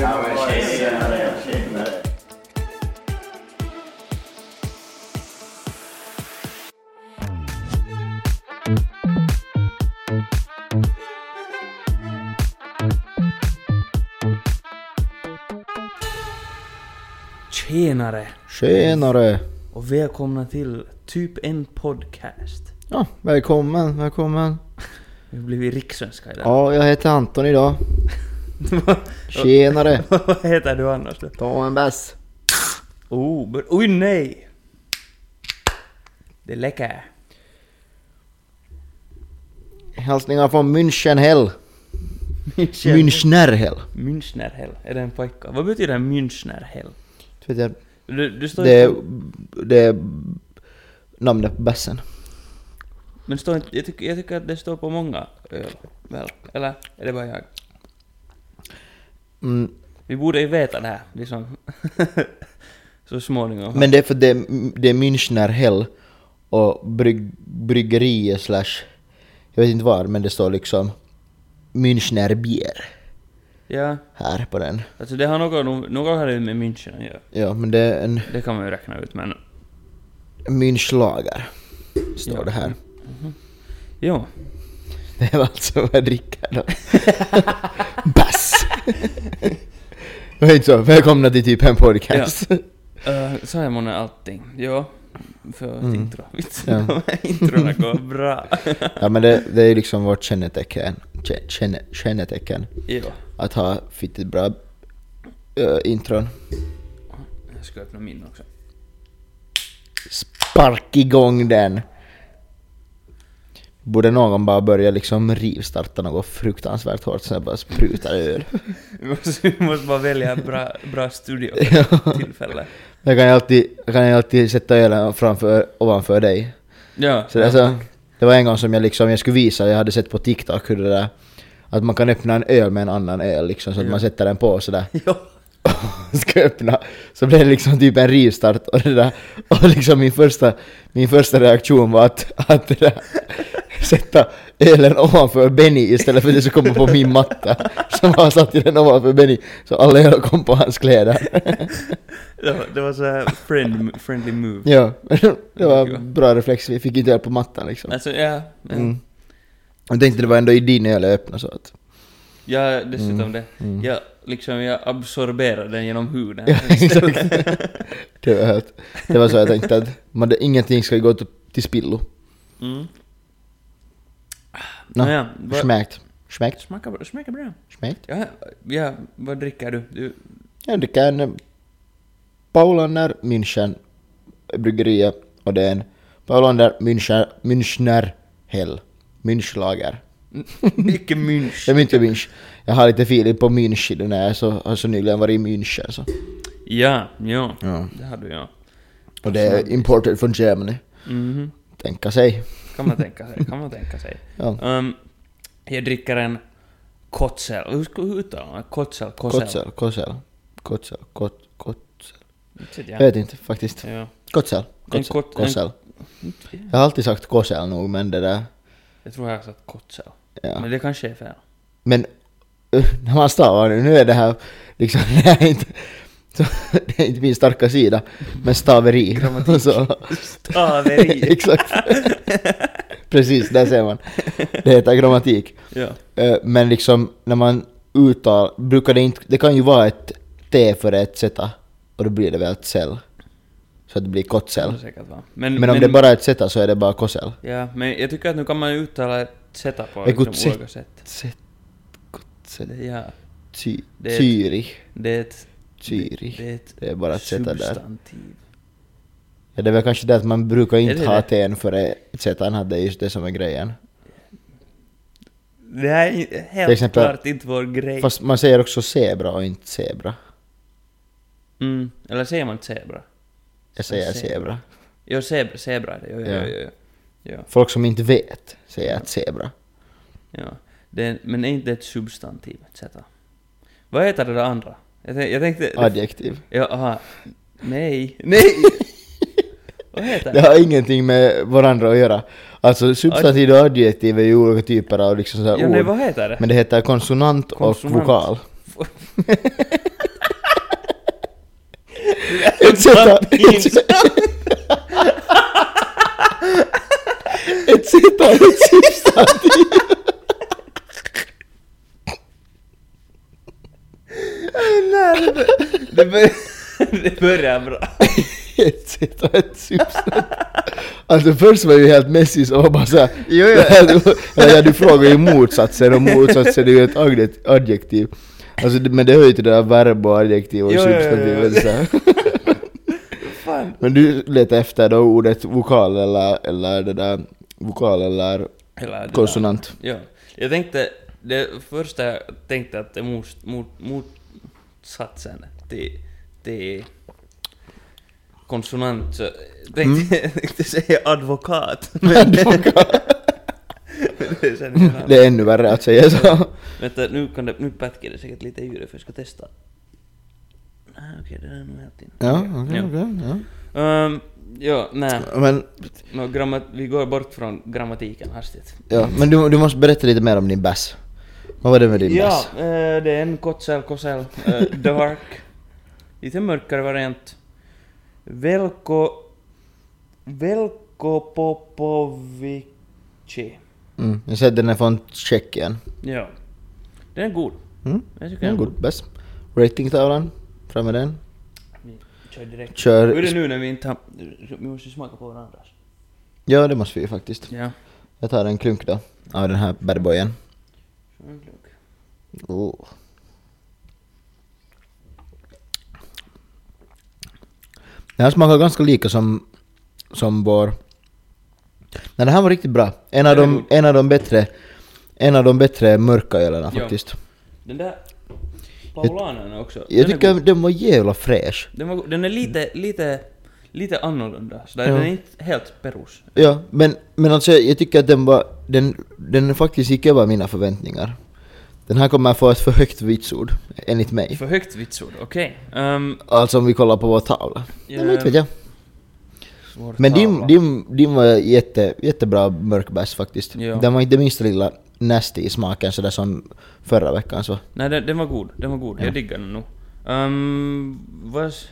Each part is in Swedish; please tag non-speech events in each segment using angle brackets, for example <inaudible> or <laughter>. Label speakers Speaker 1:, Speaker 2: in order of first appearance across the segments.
Speaker 1: Ja, men tjenare, tjenare.
Speaker 2: Tjenare
Speaker 3: Tjenare!
Speaker 2: och välkomna till typ en podcast.
Speaker 3: Ja, välkommen, välkommen.
Speaker 2: Vi har blivit riksvenska idag.
Speaker 3: Ja, jag heter Anton idag. Tjenare!
Speaker 2: <laughs> Vad heter du annars då?
Speaker 3: Ta en bärs.
Speaker 2: Oh, men, oj nej! Det är läcker.
Speaker 3: Hälsningar från Münchenhell. Münchnerhell.
Speaker 2: Münchnerhäll. Är det en pojke? Vad betyder Münchnerhäll?
Speaker 3: Du vet,
Speaker 2: Du, du står
Speaker 3: Det är,
Speaker 2: inte,
Speaker 3: det är namnet på bässen.
Speaker 2: men står inte, jag, tycker, jag tycker att det står på många öl. Väl? Eller? Är det bara jag?
Speaker 3: Mm,
Speaker 2: Vi borde ju veta det här, liksom. <laughs> Så småningom.
Speaker 3: men det är för det, det är Münchnerhell och brygg, bryggeriet slash... Jag vet inte var, men det står liksom Münchnerbier
Speaker 2: Ja.
Speaker 3: här på den.
Speaker 2: Alltså det har något, något har det med München att göra.
Speaker 3: Ja, men det är en
Speaker 2: Det kan man ju räkna ut men...
Speaker 3: Münchlager. Står
Speaker 2: Ja.
Speaker 3: det här.
Speaker 2: Jo.
Speaker 3: Det är alltså vad jag dricker då. Bass! Och inte så, välkomna till typ en podcast.
Speaker 2: Uh, sa jag månne allting? Jo. För mm. intro. <laughs> Vits.
Speaker 3: Ja.
Speaker 2: De här introna går bra.
Speaker 3: <laughs>
Speaker 2: <laughs>
Speaker 3: Ja, men det, det är ju liksom vårt kännetecken, kä- känne, kännetecken
Speaker 2: jo.
Speaker 3: att ha fittigt bra ö, intron.
Speaker 2: Jag ska öppna min också. <laughs>
Speaker 3: Spark igång den! Borde någon bara börja liksom rivstarta något fruktansvärt hårt så jag bara sprutar öl.
Speaker 2: Vi måste, vi måste bara välja en bra, bra studio
Speaker 3: <laughs> Ja.
Speaker 2: tillfälle.
Speaker 3: Jag kan ju alltid, jag kan ju alltid sätta ölen framför, ovanför dig.
Speaker 2: Ja.
Speaker 3: Så
Speaker 2: <laughs>
Speaker 3: det, alltså, det var en gång som jag, liksom, jag skulle visa, jag hade sett på TikTok hur det där att man kan öppna en öl med en annan öl liksom, så att
Speaker 2: Ja.
Speaker 3: man sätter den på sådär. <laughs>
Speaker 2: Jo.
Speaker 3: Ska öppna. Så blev det liksom typ en rivstart och det där. Och liksom min första, min första reaktion var att, att det där, <laughs> sätta ölen ovanför Benny istället för att det skulle komma på min matta. <laughs> Så man satte den ovanför Benny så alla öl kom på hans kläder.
Speaker 2: Det var, det var så här friend, friendly move.
Speaker 3: Ja, <laughs> det var en bra reflex. Vi fick inte öl på mattan liksom.
Speaker 2: Alltså ja. men-
Speaker 3: Mm. Jag tänkte det var ändå i din öl jag öppnade så att...
Speaker 2: Ja, dessutom det.
Speaker 3: Mm.
Speaker 2: Jag, liksom, jag absorberar den genom huden.
Speaker 3: Ja, exakt. Det var, helt, det var så jag tänkte att man, det, ingenting ska gå till, till spillo.
Speaker 2: Mm.
Speaker 3: Nå,
Speaker 2: Nåja, vad-
Speaker 3: Smäkt. Smäkt.
Speaker 2: Smakar bra. Smakar bra.
Speaker 3: Smäkt.
Speaker 2: Ja, ja, vad dricker du? du
Speaker 3: Jag dricker en eh, Paulaner München bryggeria och det är en Paulaner München, Münchner Hell. Münchlager.
Speaker 2: Icke Münch.
Speaker 3: Jag minns inte Münch. Jag har lite feeling på Münch i den här, så har så nyligen varit i München så.
Speaker 2: <laughs> Ja, ja.
Speaker 3: Ja.
Speaker 2: Det hade jag.
Speaker 3: Och det är imported från Germany.
Speaker 2: Mhm.
Speaker 3: Tänka sig.
Speaker 2: Kan man tänka sig. Kan man tänka sig.
Speaker 3: <laughs> Ja.
Speaker 2: Ehm, jag dricker en Kotzel. Hur, ska- hur uttalar man Kotzel? Kotzel.
Speaker 3: Kotsel, kotsel, kotsel, kot, kotsel.
Speaker 2: Inte vet
Speaker 3: Jag
Speaker 2: jag.
Speaker 3: vet inte faktiskt.
Speaker 2: Ja.
Speaker 3: Kotsel,
Speaker 2: En
Speaker 3: kotsel,
Speaker 2: kot, en,
Speaker 3: kotsel. Jag har alltid sagt kotsel nog men det där...
Speaker 2: jag tror jag har sagt Kotzel.
Speaker 3: Ja.
Speaker 2: Men det kanske är fel. <laughs>
Speaker 3: Men <laughs> uh, när man stavar nu, nu är det här liksom... <laughs> Det är inte, så, <laughs> det är inte min starka sida. Men staveri. <laughs>
Speaker 2: Grammatik.
Speaker 3: Så,
Speaker 2: Staveri.
Speaker 3: <laughs> exakt. Precis, där ser man. Det heter grammatik.
Speaker 2: <laughs> ja.
Speaker 3: Eh, Men liksom när man uttal brukar det inte... Det kan ju vara ett T före ett Z. Och då blir det väl ett cell. Så att det blir kotsel.
Speaker 2: Kan säkert vara. Men,
Speaker 3: Men om det bara är ett Z så är det bara kossel.
Speaker 2: Ja, men jag tycker att nu kan man ju uttala ett zeta på
Speaker 3: Ett gott
Speaker 2: liksom,
Speaker 3: zet.
Speaker 2: olika sätt.
Speaker 3: Z... Kotsel...
Speaker 2: Det- Ja,
Speaker 3: Ty...
Speaker 2: Det är ett-
Speaker 3: Zürich.
Speaker 2: det är ett...
Speaker 3: Zürich.
Speaker 2: Det är ett
Speaker 3: Det är bara ett Z där.
Speaker 2: substantiv.
Speaker 3: Ja, det är väl kanske det att man brukar
Speaker 2: Är
Speaker 3: inte
Speaker 2: det
Speaker 3: ha
Speaker 2: det?
Speaker 3: T före Z, att det är just det som är grejen.
Speaker 2: Det här är ju helt
Speaker 3: Till exempel-
Speaker 2: klart inte vår grej.
Speaker 3: Fast man säger också zebra och inte zebra.
Speaker 2: Mm. Eller säger man zebra?
Speaker 3: Jag säger zebra.
Speaker 2: Jo, zebra, zebra är det. Jo, jo,
Speaker 3: Ja.
Speaker 2: jo, jo, jo.
Speaker 3: Folk som inte vet säger att zebra.
Speaker 2: Ja. Det är, men är inte det ett substantiv, etc. Vad heter det där andra? Jag, tänk, jag tänkte...
Speaker 3: Adjektiv.
Speaker 2: Ja, aha. Nej. Nej! <laughs> Vad heter
Speaker 3: Det har ingenting med varandra att göra. Alltså substantiv och adjektiv är ju olika typer av liksom så här
Speaker 2: Ja,
Speaker 3: ord.
Speaker 2: nej, vad heter det?
Speaker 3: Men det heter konsonant,
Speaker 2: Konsonant.
Speaker 3: och vokal. ett, sätt att, ett, sätt- <laughs> ett sätt att ett substantiv.
Speaker 2: Nej, det, det, bör, <laughs> det börjar bra.
Speaker 3: Ett sätt att ett substantiv. Alltså först var jag ju helt messy så var bara såhär.
Speaker 2: Jo, jo.
Speaker 3: Ja, du frågar ju motsatsen och motsatsen är ju ett adjekt- adjektiv. Alltså, det- men det hör ju till det där verb och adjektiv och
Speaker 2: Jo, jo, jo,
Speaker 3: substantiv.
Speaker 2: jo.
Speaker 3: eller så här.
Speaker 2: Fan.
Speaker 3: Men du letar efter då ordet vokal eller, eller det där vokal eller
Speaker 2: Hela det där.
Speaker 3: konsonant.
Speaker 2: Ja. Jag tänkte, det första jag tänkte att det mot, mot, motsatsen till, till konsonant så tänkte <laughs> jag tänkte säga advokat. Men, <laughs> men det känner jag
Speaker 3: <laughs> Det är ännu värre att säga så.
Speaker 2: Vänta, nu, kan det, nu pätker det säkert lite i ljudet för jag ska testa. Nej, okej, det där är nog helt in.
Speaker 3: Ja, okej,
Speaker 2: Ja.
Speaker 3: okej. ja.
Speaker 2: Ehm, ja, nej.
Speaker 3: Men,
Speaker 2: Nå, grammat, vi går bort från grammatiken hastigt.
Speaker 3: ja, men du, du måste berätta lite mer om din bass. Vad var det med din
Speaker 2: Ja,
Speaker 3: bass?
Speaker 2: eh, det är en Kotsel Kotsel eh, Dark. Lite mörkare variant. Velko... Velko Popovici.
Speaker 3: Mm. Jag ser att den är från Tjeckien.
Speaker 2: Ja. Den är god.
Speaker 3: Mm.
Speaker 2: Jag tycker
Speaker 3: Det är en
Speaker 2: den är
Speaker 3: god bass. Ratingtavlan, fram med den.
Speaker 2: Vi kör direkt. Hur är det
Speaker 3: Kör...
Speaker 2: nu när vi inte har... Vi måste ju smaka på varandras.
Speaker 3: Ja, det måste vi ju faktiskt.
Speaker 2: Ja.
Speaker 3: Jag tar en klunk då, av den här badboyen.
Speaker 2: Så en klunk.
Speaker 3: Oh. Den här smakar ganska lika som, som vår... Nej, den här var riktigt bra. En av,
Speaker 2: Den är
Speaker 3: de, en av de bättre en av de bättre mörka ölerna
Speaker 2: Ja.
Speaker 3: faktiskt.
Speaker 2: Den där... Paulanen också.
Speaker 3: Jag
Speaker 2: den är
Speaker 3: tycker
Speaker 2: god.
Speaker 3: den var jävla fräsch.
Speaker 2: Den, var, god. den är lite, lite, lite annorlunda. Så där,
Speaker 3: Ja.
Speaker 2: Den är inte helt perus.
Speaker 3: Ja, men, men alltså jag tycker att den var... Den, den faktiskt gick över mina förväntningar. Den här kommer få ett för högt vitsord, enligt mig.
Speaker 2: För högt vitsord, okej. Ehm,
Speaker 3: Alltså om vi kollar på vår tavla.
Speaker 2: Ja.
Speaker 3: Ja. Men inte vet jag. Men din, din, din var jätte, jättebra mörkbärs faktiskt.
Speaker 2: Ja.
Speaker 3: Den var inte det minsta lilla nasty i smaken sådär som förra veckan så.
Speaker 2: Nej, den, den var god. Den var god. Jag diggar den nog. Um, vad... s-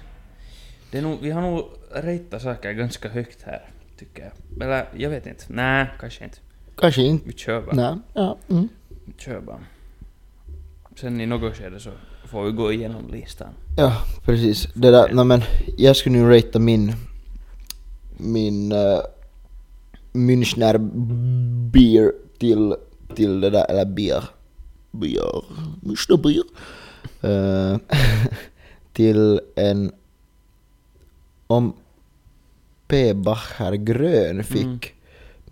Speaker 2: Det är nog, vi har nog ratat saker ganska högt här, tycker jag. Eller, jag vet inte. Nej, kanske inte.
Speaker 3: Kanske inte.
Speaker 2: Vi kör bara.
Speaker 3: Nej. Ja. Mm.
Speaker 2: Vi kör bara. Sen i något skede så får vi gå igenom listan.
Speaker 3: ja, precis. Det där, nej men jag skulle nu ratea min... Min... Uh, Münchner beer till... Till det där, eller beer. Beer. Münchner beer. Eh, <laughs> till en... Om P. Bacher grön fick.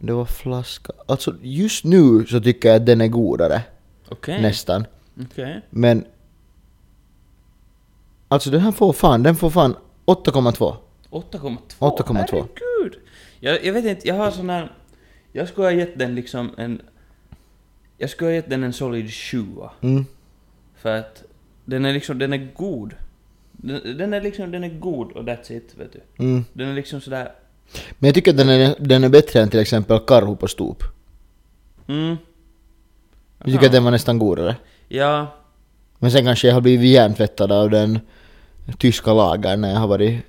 Speaker 3: Det var flaska. Alltså just nu så tycker jag att den är godare.
Speaker 2: Okej.
Speaker 3: Nästan.
Speaker 2: Okej.
Speaker 3: Men... Alltså den här får fan, den får fan 8,2.
Speaker 2: 8,2.
Speaker 3: 8,2.
Speaker 2: Herregud. Jag, jag vet inte, jag har sån här... Jag skulle ha gett den liksom en... Jag skulle ha gett den en solid 20.
Speaker 3: Mm.
Speaker 2: För att den är liksom, den är god. Den, den är liksom, den är god och that's it, vet du.
Speaker 3: Mm.
Speaker 2: Den är liksom sådär,
Speaker 3: Men jag tycker att den är, den är bättre än till exempel Karho på stop.
Speaker 2: mm.
Speaker 3: Jag tycker att den var nästan godare.
Speaker 2: Ja,
Speaker 3: Men sen kanske jag har blivit hjärntvättad av den tyska lagern när jag har varit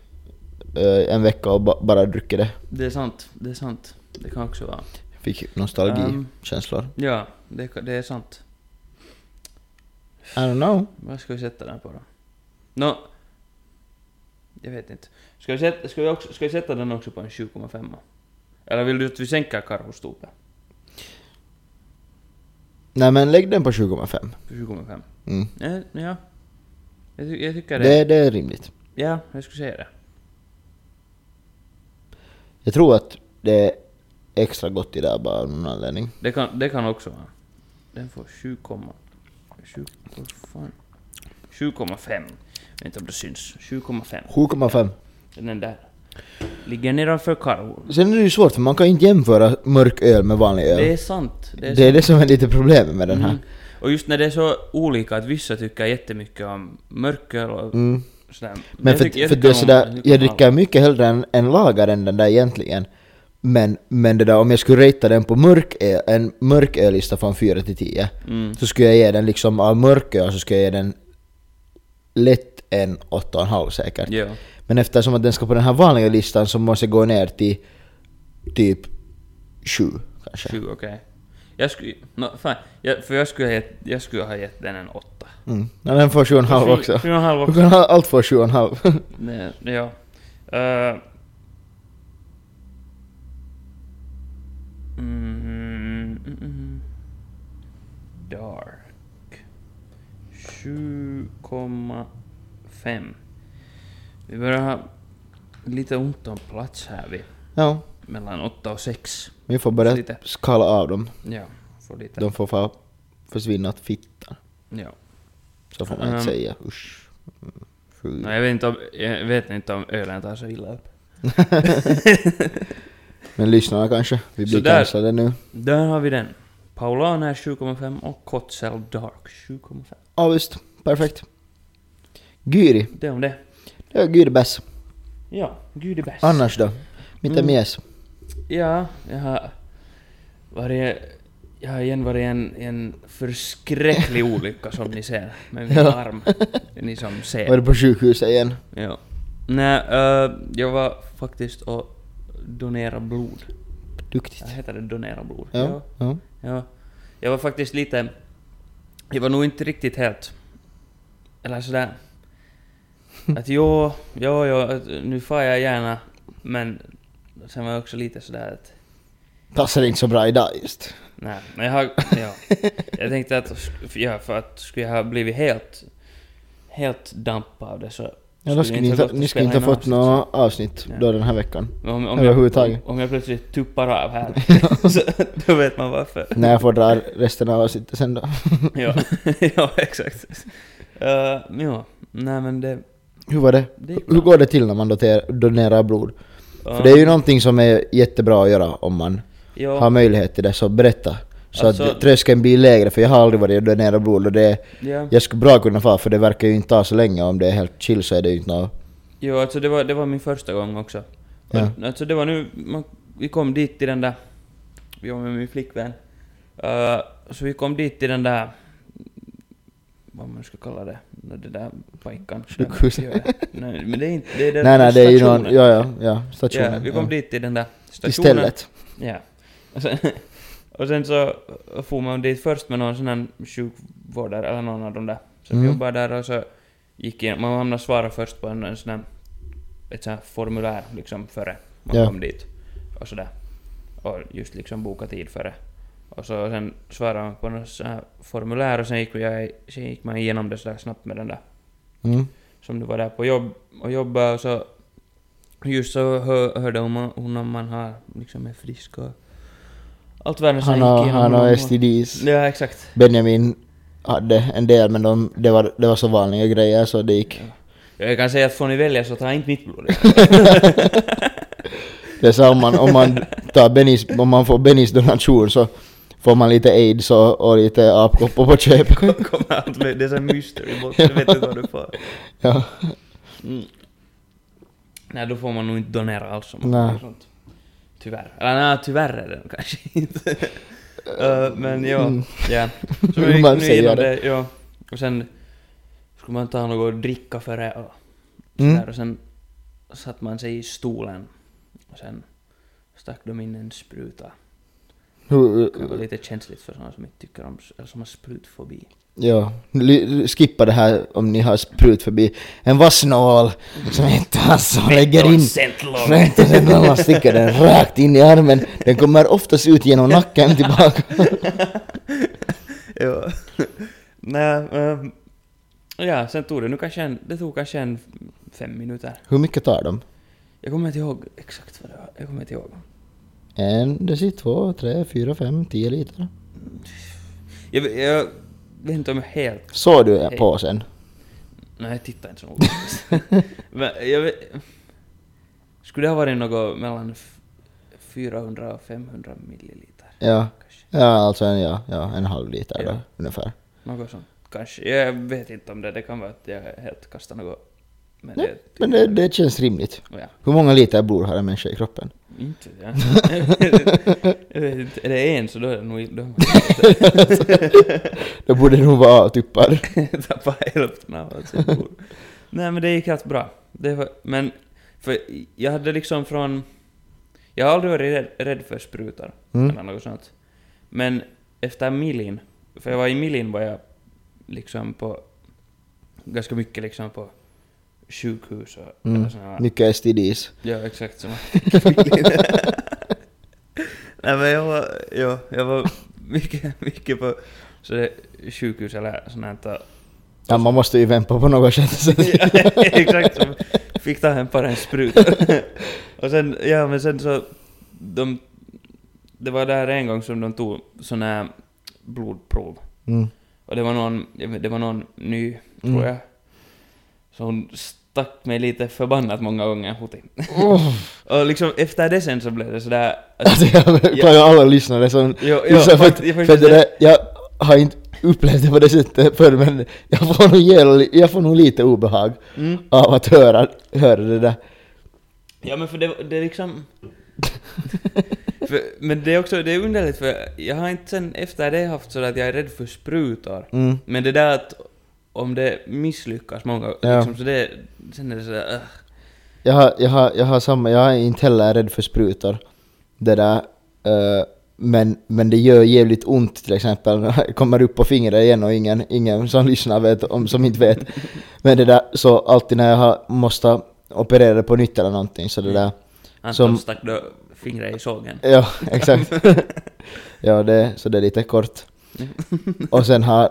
Speaker 3: eh, en vecka och ba- bara druckit det.
Speaker 2: det är sant, det är sant. Det kan också vara.
Speaker 3: Fick
Speaker 2: Ehm.
Speaker 3: nostalgikänslor.
Speaker 2: Ja, det, kan- det är sant.
Speaker 3: I don't know.
Speaker 2: Vad ska vi sätta den på då? Nå, jag vet inte. Ska vi sätta, ska vi också, ska vi sätta den också på en 7,5? Eller vill du att vi sänker karvstopet?
Speaker 3: Nej men lägg den på 7,5.
Speaker 2: På 7,5?
Speaker 3: Mm.
Speaker 2: Nej, Eh, ja. Jag, ty- jag tycker det.
Speaker 3: Det, det är rimligt.
Speaker 2: Ja, jag skulle säga det.
Speaker 3: Jag tror att det är extra gott i det här bara av någon anledning.
Speaker 2: Det kan, det kan också vara. Den får 7, komma- 7, vad fan? 7,5. Vet inte om det syns. 7,5.
Speaker 3: 7,5.
Speaker 2: Den där. Ligger nedanför Karho.
Speaker 3: Sen är det ju svårt för man kan inte jämföra mörk öl med vanlig öl.
Speaker 2: Det är sant. Det är
Speaker 3: Det är
Speaker 2: sant.
Speaker 3: det som är lite problemet med den här.
Speaker 2: Mm. Och just när det är så olika att vissa tycker jättemycket om mörköl och
Speaker 3: Mm.
Speaker 2: Sådär.
Speaker 3: Men för,
Speaker 2: tycker- jag
Speaker 3: för
Speaker 2: tycker
Speaker 3: det är
Speaker 2: om-
Speaker 3: sådär,
Speaker 2: tycker om
Speaker 3: jag dricker mycket hellre en, en lager än den där egentligen. Men, men det där, om jag skulle ratea den på mörk, ö- en mörk ölista från 4 till 10
Speaker 2: Mm.
Speaker 3: så skulle jag ge den liksom av mörköl så skulle jag ge den lätt en 8,5 säkert.
Speaker 2: Ja.
Speaker 3: Men eftersom att den ska på den här vanliga listan så måste jag gå ner till typ 7 kanske.
Speaker 2: 20, okej. Jag skulle... nå fan, jag, för jag skulle, ha gett, jag skulle ha gett den en åtta.
Speaker 3: Mm. Ja, den får 7,5 också.
Speaker 2: Sju och en halv
Speaker 3: Du
Speaker 2: också.
Speaker 3: kan ha allt få 7,5.
Speaker 2: Nej, ja. Eh. mm, mm, mm. dark. 7,5. Vi börjar ha lite ont om plats här vid
Speaker 3: <laughs> ja,
Speaker 2: mellan 8 och 6.
Speaker 3: vi får börja
Speaker 2: Lite.
Speaker 3: skala av dem.
Speaker 2: Ja, får lite.
Speaker 3: De får fan försvinna att fitta.
Speaker 2: Ja.
Speaker 3: Så får man inte
Speaker 2: Ehm.
Speaker 3: säga. Usch. Fy.
Speaker 2: Nej, jag, vet inte om, jag vet inte om ölen tar så illa upp.
Speaker 3: Men lyssnarna kanske. Vi blir
Speaker 2: Sådär.
Speaker 3: cancellade nu.
Speaker 2: Där har vi den. Paulana är 7,5 och Kotsel Dark 7,5.
Speaker 3: Ja visst, perfekt. Gyri.
Speaker 2: Det om det.
Speaker 3: Det är Gyri bäst.
Speaker 2: Ja, gud är bäst.
Speaker 3: Annars då? Mitt är
Speaker 2: Mm.
Speaker 3: mjes.
Speaker 2: Ja, jag har varit... Jag har igen varit i en, en förskräcklig olycka som ni ser med min
Speaker 3: Ja.
Speaker 2: arm. Ni som
Speaker 3: Var
Speaker 2: ser.
Speaker 3: du på sjukhuset igen?
Speaker 2: Ja. Nej, eh, jag var faktiskt och donera blod.
Speaker 3: Duktigt.
Speaker 2: Jag heter det donera blod?
Speaker 3: Ja. ja.
Speaker 2: Ja. Jag var faktiskt lite... Jag var nog inte riktigt helt... Eller sådär... Att jo, jo, jo, att nu far jag gärna. Men sen var jag också lite sådär att...
Speaker 3: Passar inte så bra idag just.
Speaker 2: Nej, men jag har... Ja. Jag tänkte att... Ja, för att skulle jag ha blivit helt... Helt dampad av det så...
Speaker 3: Ja, då
Speaker 2: jag
Speaker 3: skulle ni,
Speaker 2: ha
Speaker 3: inte,
Speaker 2: gått och
Speaker 3: ni skulle
Speaker 2: spelat
Speaker 3: inte ha
Speaker 2: in
Speaker 3: fått något avsnitt
Speaker 2: Nej.
Speaker 3: då den här veckan.
Speaker 2: Men Om, om,
Speaker 3: överhuvudtaget.
Speaker 2: jag, om jag plötsligt tuppar av
Speaker 3: <laughs>
Speaker 2: här, så, då vet man varför.
Speaker 3: När jag får dra resten av avsnittet sen då. <laughs>
Speaker 2: ja, <laughs> ja, exakt. Eh, ja, nej men det...
Speaker 3: Hur var det?
Speaker 2: Det gick
Speaker 3: Hur
Speaker 2: bra.
Speaker 3: går det till när man doter- donerar blod? För det är ju någonting som är jättebra att göra om man
Speaker 2: Ja,
Speaker 3: har möjlighet till det, så berätta. Så
Speaker 2: Alltså-
Speaker 3: att tröskeln blir lägre, för jag har aldrig varit och donerat blod och det,
Speaker 2: ja.
Speaker 3: jag skulle bra kunna få för det verkar ju inte ta så länge om det är helt chill så är det ju inte något...
Speaker 2: Jo, alltså det var, det var min första gång också.
Speaker 3: Ja.
Speaker 2: Och, alltså det var nu, man, vi kom dit till den där, vi var med min flickvän. Eh, så vi kom dit till den där, vad man ska kalla det, det där pojkan.
Speaker 3: Sjukhuset.
Speaker 2: Nej, men det är inte, det är den
Speaker 3: Nej nej det är ju någon,
Speaker 2: stationen.
Speaker 3: ja ja, ja stationen.
Speaker 2: Ja, vi kom
Speaker 3: ja.
Speaker 2: dit till den där stationen.
Speaker 3: Istället.
Speaker 2: Ja. Och sen, <laughs> och sen så for man dit först med någon sån här sjukvårdare eller någon av de där som
Speaker 3: Mm.
Speaker 2: jobbar där och så gick in, man hamnade svara först på en, en sån här, ett sånt här formulär liksom före man
Speaker 3: Ja.
Speaker 2: kom dit och sådär. Och just liksom boka tid före. Och så sen svarade man på något sånt här formulär och sen gick, jag, sen gick man igenom det sådär snabbt med den där
Speaker 3: Mm.
Speaker 2: som du var där på jobb och jobbade och så just så hör, hörde hon, om- hon om man har liksom är frisk och allt världens
Speaker 3: Han
Speaker 2: gick
Speaker 3: har,
Speaker 2: igenom
Speaker 3: han
Speaker 2: någon-
Speaker 3: har STDs.
Speaker 2: Ja, exakt.
Speaker 3: Benjamin hade en del men de, det, var, det var så vanliga grejer så det gick.
Speaker 2: Ja, Jag kan säga att får ni välja så ta inte mitt
Speaker 3: <laughs>
Speaker 2: blod.
Speaker 3: Det är så om man, om man tar Bennys, om man får Bennys donation så får man lite aids och, och lite apkoppor på köpet.
Speaker 2: Kommer allt med, det är en mystery box, du vet inte vad du får.
Speaker 3: Ja.
Speaker 2: Mm. Nej, då får man nog inte donera alls om
Speaker 3: Nej.
Speaker 2: man gör sånt. Tyvärr. Eller nej, tyvärr är det kanske
Speaker 3: <laughs>
Speaker 2: inte. Eh, men ja,
Speaker 3: Mm. <laughs>
Speaker 2: ja. Så
Speaker 3: Hur
Speaker 2: vi gick
Speaker 3: man
Speaker 2: nu
Speaker 3: säger
Speaker 2: igenom
Speaker 3: det.
Speaker 2: det, ja. Och sen skulle man ta något att dricka före och
Speaker 3: Mm.
Speaker 2: sådär. Och sen satt man sig i stolen. Och sen stack de in en spruta.
Speaker 3: Hur,
Speaker 2: Det kan vara lite känsligt för sådana som inte tycker om, eller som har sprutfobi.
Speaker 3: Ja, Ly- skippa det här om ni har sprut förbi. En vass nål som inte har så lägger in...
Speaker 2: 13 cent lång.
Speaker 3: Främst sen när man sticker den rakt in i armen. Den kommer oftast ut genom nacken tillbaka.
Speaker 2: ja. <laughs> Nej, ehm, ja, sen tog det nu kanske en, det tog kanske en fem minuter.
Speaker 3: Hur mycket tar de?
Speaker 2: Jag kommer inte ihåg exakt vad det var. Jag kommer inte ihåg.
Speaker 3: En, det sitter två, tre, fyra, fem, tio liter.
Speaker 2: Jag, jag vet inte om jag helt...
Speaker 3: Såg du på sen?
Speaker 2: Nej, jag tittar inte så <laughs> noga. Men jag vet, Skulle det ha varit något mellan f- 400 och 500 milliliter?
Speaker 3: Ja.
Speaker 2: Kanske.
Speaker 3: Ja, alltså en, ja, ja, en halv liter
Speaker 2: Ja.
Speaker 3: då, ungefär.
Speaker 2: Något sånt. Kanske. Jag vet inte om det. Det kan vara att jag helt kastar något Men
Speaker 3: Nej,
Speaker 2: det...
Speaker 3: Men det, det känns rimligt.
Speaker 2: Ja,
Speaker 3: Hur många liter blod har en människa i kroppen?
Speaker 2: inte det. <laughs> Jag vet inte. Är det en så då är det nog... Då har man
Speaker 3: Det borde nog vara tuppar.
Speaker 2: <laughs> tappa hälften av allt sitt blod. Nej men det gick helt bra. Det var, men, för jag hade liksom från... Jag har aldrig varit rädd, rädd för sprutor
Speaker 3: Mm.
Speaker 2: eller något sånt. Men efter Milin, för jag var i Milin var jag liksom på... Ganska mycket liksom på sjukhus och
Speaker 3: Mm.
Speaker 2: eller såna här-
Speaker 3: Mycket STDs.
Speaker 2: Ja, exakt
Speaker 3: <laughs>
Speaker 2: som Nej men jag var, ja, jag var mycket, mycket på så det, sjukhus eller sånt här. ta-
Speaker 3: Ja, man måste ju vänta på något känns <laughs> det
Speaker 2: Ja, exakt som fick ta en par en spruta.
Speaker 3: <laughs>
Speaker 2: och sen, ja men sen så, de, det var där en gång som de tog såna här blodprov.
Speaker 3: mm.
Speaker 2: Och det var någon, jag vet- det var någon ny,
Speaker 3: Mm.
Speaker 2: tror jag. Så hon stack mig lite förbannat många gånger, Huti.
Speaker 3: oh,
Speaker 2: Och liksom efter det sen så blev det sådär...
Speaker 3: Alltså jag klarar alla lyssnare som...
Speaker 2: jo, jo,
Speaker 3: Så för, att-
Speaker 2: fakt- jag
Speaker 3: för att det
Speaker 2: förstår-
Speaker 3: där, jag har inte upplevt det på det sättet förr men jag får nog, jävla- jag får nog lite obehag
Speaker 2: Mm.
Speaker 3: av att höra, höra det där.
Speaker 2: Ja men för det, det är
Speaker 3: <laughs>
Speaker 2: liksom... för, men det är också det är underligt för jag har inte sen efter det haft sådär att jag är rädd för sprutor.
Speaker 3: Mm.
Speaker 2: Men det där att om det misslyckas många
Speaker 3: Ja.
Speaker 2: liksom, så det... Sen är det sådär... Uh,
Speaker 3: Jag har, jag, har, jag har samma, jag är inte heller rädd för sprutor. Det där. eh, men, men det gör jävligt ont till exempel. <laughs> när jag Kommer upp på fingret igen och ingen, ingen som lyssnar vet om, som inte vet. Men det där, så alltid när jag har, måste operera på nytt eller någonting så det där.
Speaker 2: Anton
Speaker 3: Som-
Speaker 2: stack då fingret i
Speaker 3: <laughs>
Speaker 2: sågen.
Speaker 3: Ja, exakt. ja, det, så det är lite kort. Och sen har,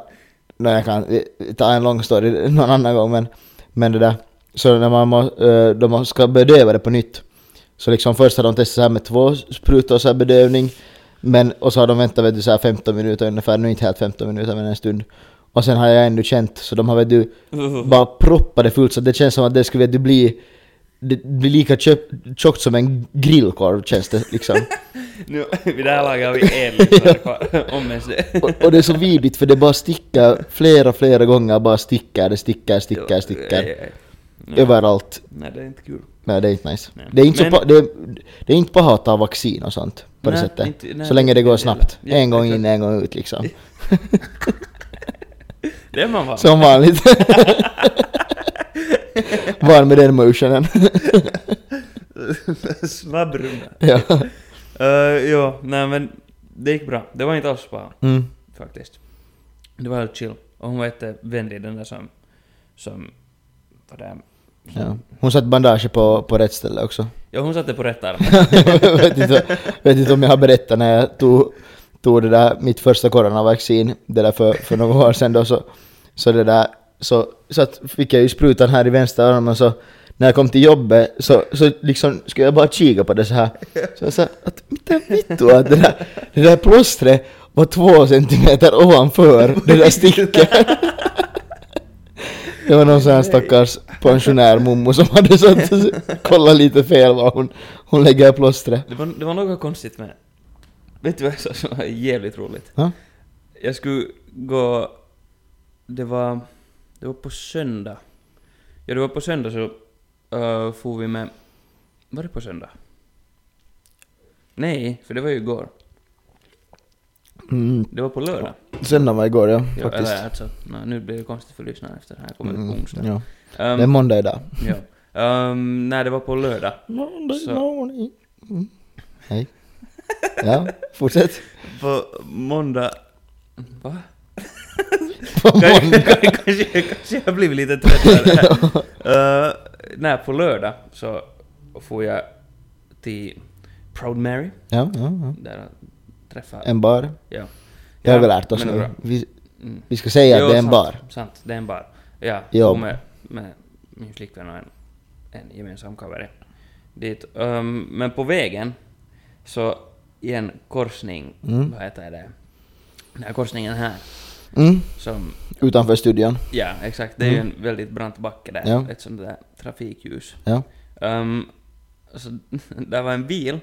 Speaker 3: när jag kan eh, ta en lång story någon annan gång men, men det där. Så när man må, eh, de ska bedöva det på nytt. Så liksom först har de testat så här med två sprutor så här bedövning. Men, och så har de väntat vet du, så här 15 minuter ungefär, nu inte helt 15 minuter men en stund. Och sen har jag ändå känt, så de har vet du, bara proppat det fullt så det känns som att det skulle vet du, bli, det blir lika köp, tjockt som en grillkorv känns det liksom.
Speaker 2: nu, vid det här laget har vi en liter kvar, om ens det.
Speaker 3: Och, och det är så vidigt för det bara sticker flera, flera gånger, bara sticker, det stickar, stickar, stickar.
Speaker 2: Nej, nej, nej.
Speaker 3: Överallt.
Speaker 2: Nej, det är inte kul.
Speaker 3: Nej, det är inte nice.
Speaker 2: Nej.
Speaker 3: Det är inte,
Speaker 2: Men-
Speaker 3: så pa, det är, det är inte paha att ta vaccin och sånt på det
Speaker 2: Nej,
Speaker 3: sättet.
Speaker 2: inte- nej,
Speaker 3: så länge det går
Speaker 2: inte heller.
Speaker 3: snabbt.
Speaker 2: Ja,
Speaker 3: en gång in,
Speaker 2: exakt.
Speaker 3: en gång
Speaker 2: <laughs>
Speaker 3: ut liksom.
Speaker 2: Det är man van <laughs>
Speaker 3: Som vanligt. <laughs> Var med den motionen. <laughs>
Speaker 2: Snabb runda.
Speaker 3: ja.
Speaker 2: Eh, ja, nej men det gick bra. Det var inte alls bra
Speaker 3: Mm.
Speaker 2: faktiskt. Det var helt chill. Och hon var jättevänlig den där som, som var där.
Speaker 3: ja. Hon satt bandage på, på rätt ställe också. <laughs>
Speaker 2: Ja, hon satte på rätt arm.
Speaker 3: Jag vet, inte, vet inte om jag har berättat när jag tog, tog det där, mitt första coronavaccin, det där för, för några år sedan då, så, så det där, så, så att fick jag ju sprutan här i vänstra armen så när jag kom till jobbet så, så liksom skulle jag bara kika på
Speaker 2: <laughs>
Speaker 3: det så här. Så jag sa att mitä vittu att det där, det där plåstret var två centimeter ovanför det där sticket.
Speaker 2: <laughs>
Speaker 3: Det var någon sån här stackars pensionär mummo som hade satt
Speaker 2: <laughs>
Speaker 3: kolla lite fel var hon, hon lägger plåstret.
Speaker 2: Det var, det var något konstigt med... Vet du vad jag sa som var jävligt roligt?
Speaker 3: Ja.
Speaker 2: Jag skulle gå... Det var... Det var på söndag. Ja, det var på söndag så uh, for vi med... Var det på söndag? Nej, för det var ju igår.
Speaker 3: Mm.
Speaker 2: Det var på lördag.
Speaker 3: Söndag var igår ja,
Speaker 2: Ja,
Speaker 3: faktiskt.
Speaker 2: eller alltså, nå, nu blir det konstigt för lyssnarna efter det här. kommer ut på
Speaker 3: Mm,
Speaker 2: onsdag.
Speaker 3: ja.
Speaker 2: Ehm,
Speaker 3: Det är måndag idag.
Speaker 2: ja. Ehm, nej, det var på lördag.
Speaker 3: Måndag
Speaker 2: Så-
Speaker 3: morgon. Mm. Hej. Ja, fortsätt.
Speaker 2: På måndag... <laughs> Va?
Speaker 3: På
Speaker 2: kanske,
Speaker 3: måndag.
Speaker 2: kanske, kanske jag har blivit lite tröttare.
Speaker 3: <laughs>
Speaker 2: uh, nej, på lördag så får jag till Proud Mary,
Speaker 3: Ja, ja, ja.
Speaker 2: där jag träffar...
Speaker 3: En bar.
Speaker 2: ja.
Speaker 3: Det har vi lärt oss
Speaker 2: men det
Speaker 3: nu.
Speaker 2: var bra.
Speaker 3: Vi,
Speaker 2: Mm.
Speaker 3: vi ska säga
Speaker 2: Jo,
Speaker 3: att det är en
Speaker 2: sant,
Speaker 3: bar.
Speaker 2: Sant, det är en bar. Ja,
Speaker 3: Jo.
Speaker 2: och med, med min flickvän och en, en gemensam kavare dit. Ehm, men på vägen, så i en korsning,
Speaker 3: Mm.
Speaker 2: vad heter det? Den här korsningen här,
Speaker 3: Mm.
Speaker 2: som
Speaker 3: Utanför studion.
Speaker 2: Ja, exakt. Det är ju en väldigt brant backe där.
Speaker 3: Mm. Ja.
Speaker 2: Ett sånt där trafikljus.
Speaker 3: Ja.
Speaker 2: Ehm, så <laughs> där var en bil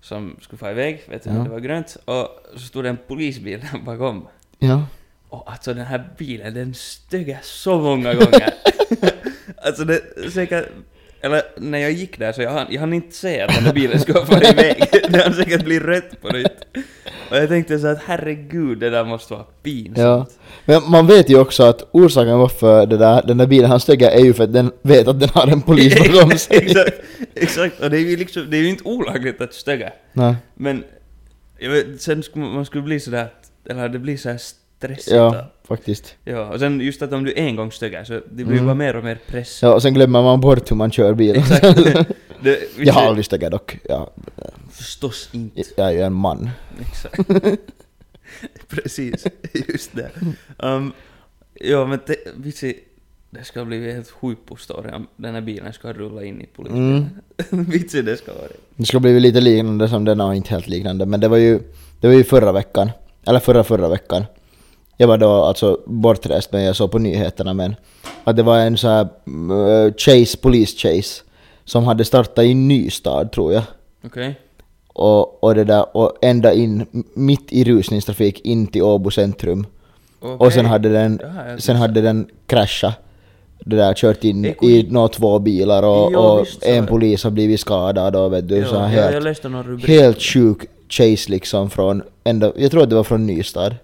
Speaker 2: som skulle få iväg, vet du,
Speaker 3: Ja.
Speaker 2: det var grönt. Och så stod det en polisbil <laughs> där bakom.
Speaker 3: Ja.
Speaker 2: Och alltså den här bilen, den stög jag så många gånger. <laughs> Alltså det säkert... Eller när jag gick där så jag hann, jag hann inte se att den där bilen skulle ha farit iväg. Det hann säkert bli rött på nytt. Och jag tänkte så att herregud, det där måste vara pinsamt.
Speaker 3: Ja. Men man vet ju också att orsaken varför det där, den där bilen han stöggar är ju för att den vet att den har en polis bakom
Speaker 2: <laughs>
Speaker 3: sig.
Speaker 2: exakt, exakt. Och det är ju liksom, det är ju inte olagligt att stöga.
Speaker 3: Nej.
Speaker 2: Men jag vet, sen skulle man man skulle bli sådär, att- eller det blir såhär stressigt.
Speaker 3: Ja,
Speaker 2: att-
Speaker 3: faktiskt.
Speaker 2: ja. Och sen just att om du en gång stögar så det blir ju
Speaker 3: Mm.
Speaker 2: bara mer och mer press.
Speaker 3: Ja, och sen glömmer man bort hur man kör bilen.
Speaker 2: Exakt. Det,
Speaker 3: <laughs> Jag har aldrig stögat dock. Jag,
Speaker 2: Förstås inte.
Speaker 3: jag är ju en man.
Speaker 2: <laughs> Exakt. <laughs> Precis, just det. Um, ja men te, vitsi, det ska bli helt huippustory om den här bilen ska rulla in i polisbilen. <laughs> vitsi det ska vara det.
Speaker 3: Det ska bli lite liknande som denna och inte helt liknande men det var ju, det var ju förra veckan. Eller förra förra veckan. Jag var då alltså bortrest men jag såg på nyheterna men att det var en så här mm, eh, chase, police chase som hade startat i Nystad tror jag.
Speaker 2: Okej.
Speaker 3: Och, och det där och ända in m- mitt i rusningstrafik in till Åbo centrum. Och sen
Speaker 2: Okej.
Speaker 3: hade den,
Speaker 2: Jaha, jag
Speaker 3: sen hade den kraschat. Det där kört in
Speaker 2: Eko-
Speaker 3: i nå två bilar och,
Speaker 2: Ja,
Speaker 3: och
Speaker 2: visst, så är
Speaker 3: en
Speaker 2: det.
Speaker 3: polis har blivit skadad och vet du
Speaker 2: Ja,
Speaker 3: så här
Speaker 2: ja,
Speaker 3: helt,
Speaker 2: jag läste någon rubrik.
Speaker 3: helt sjuk chase liksom från ända, jag tror att det var från Nystad.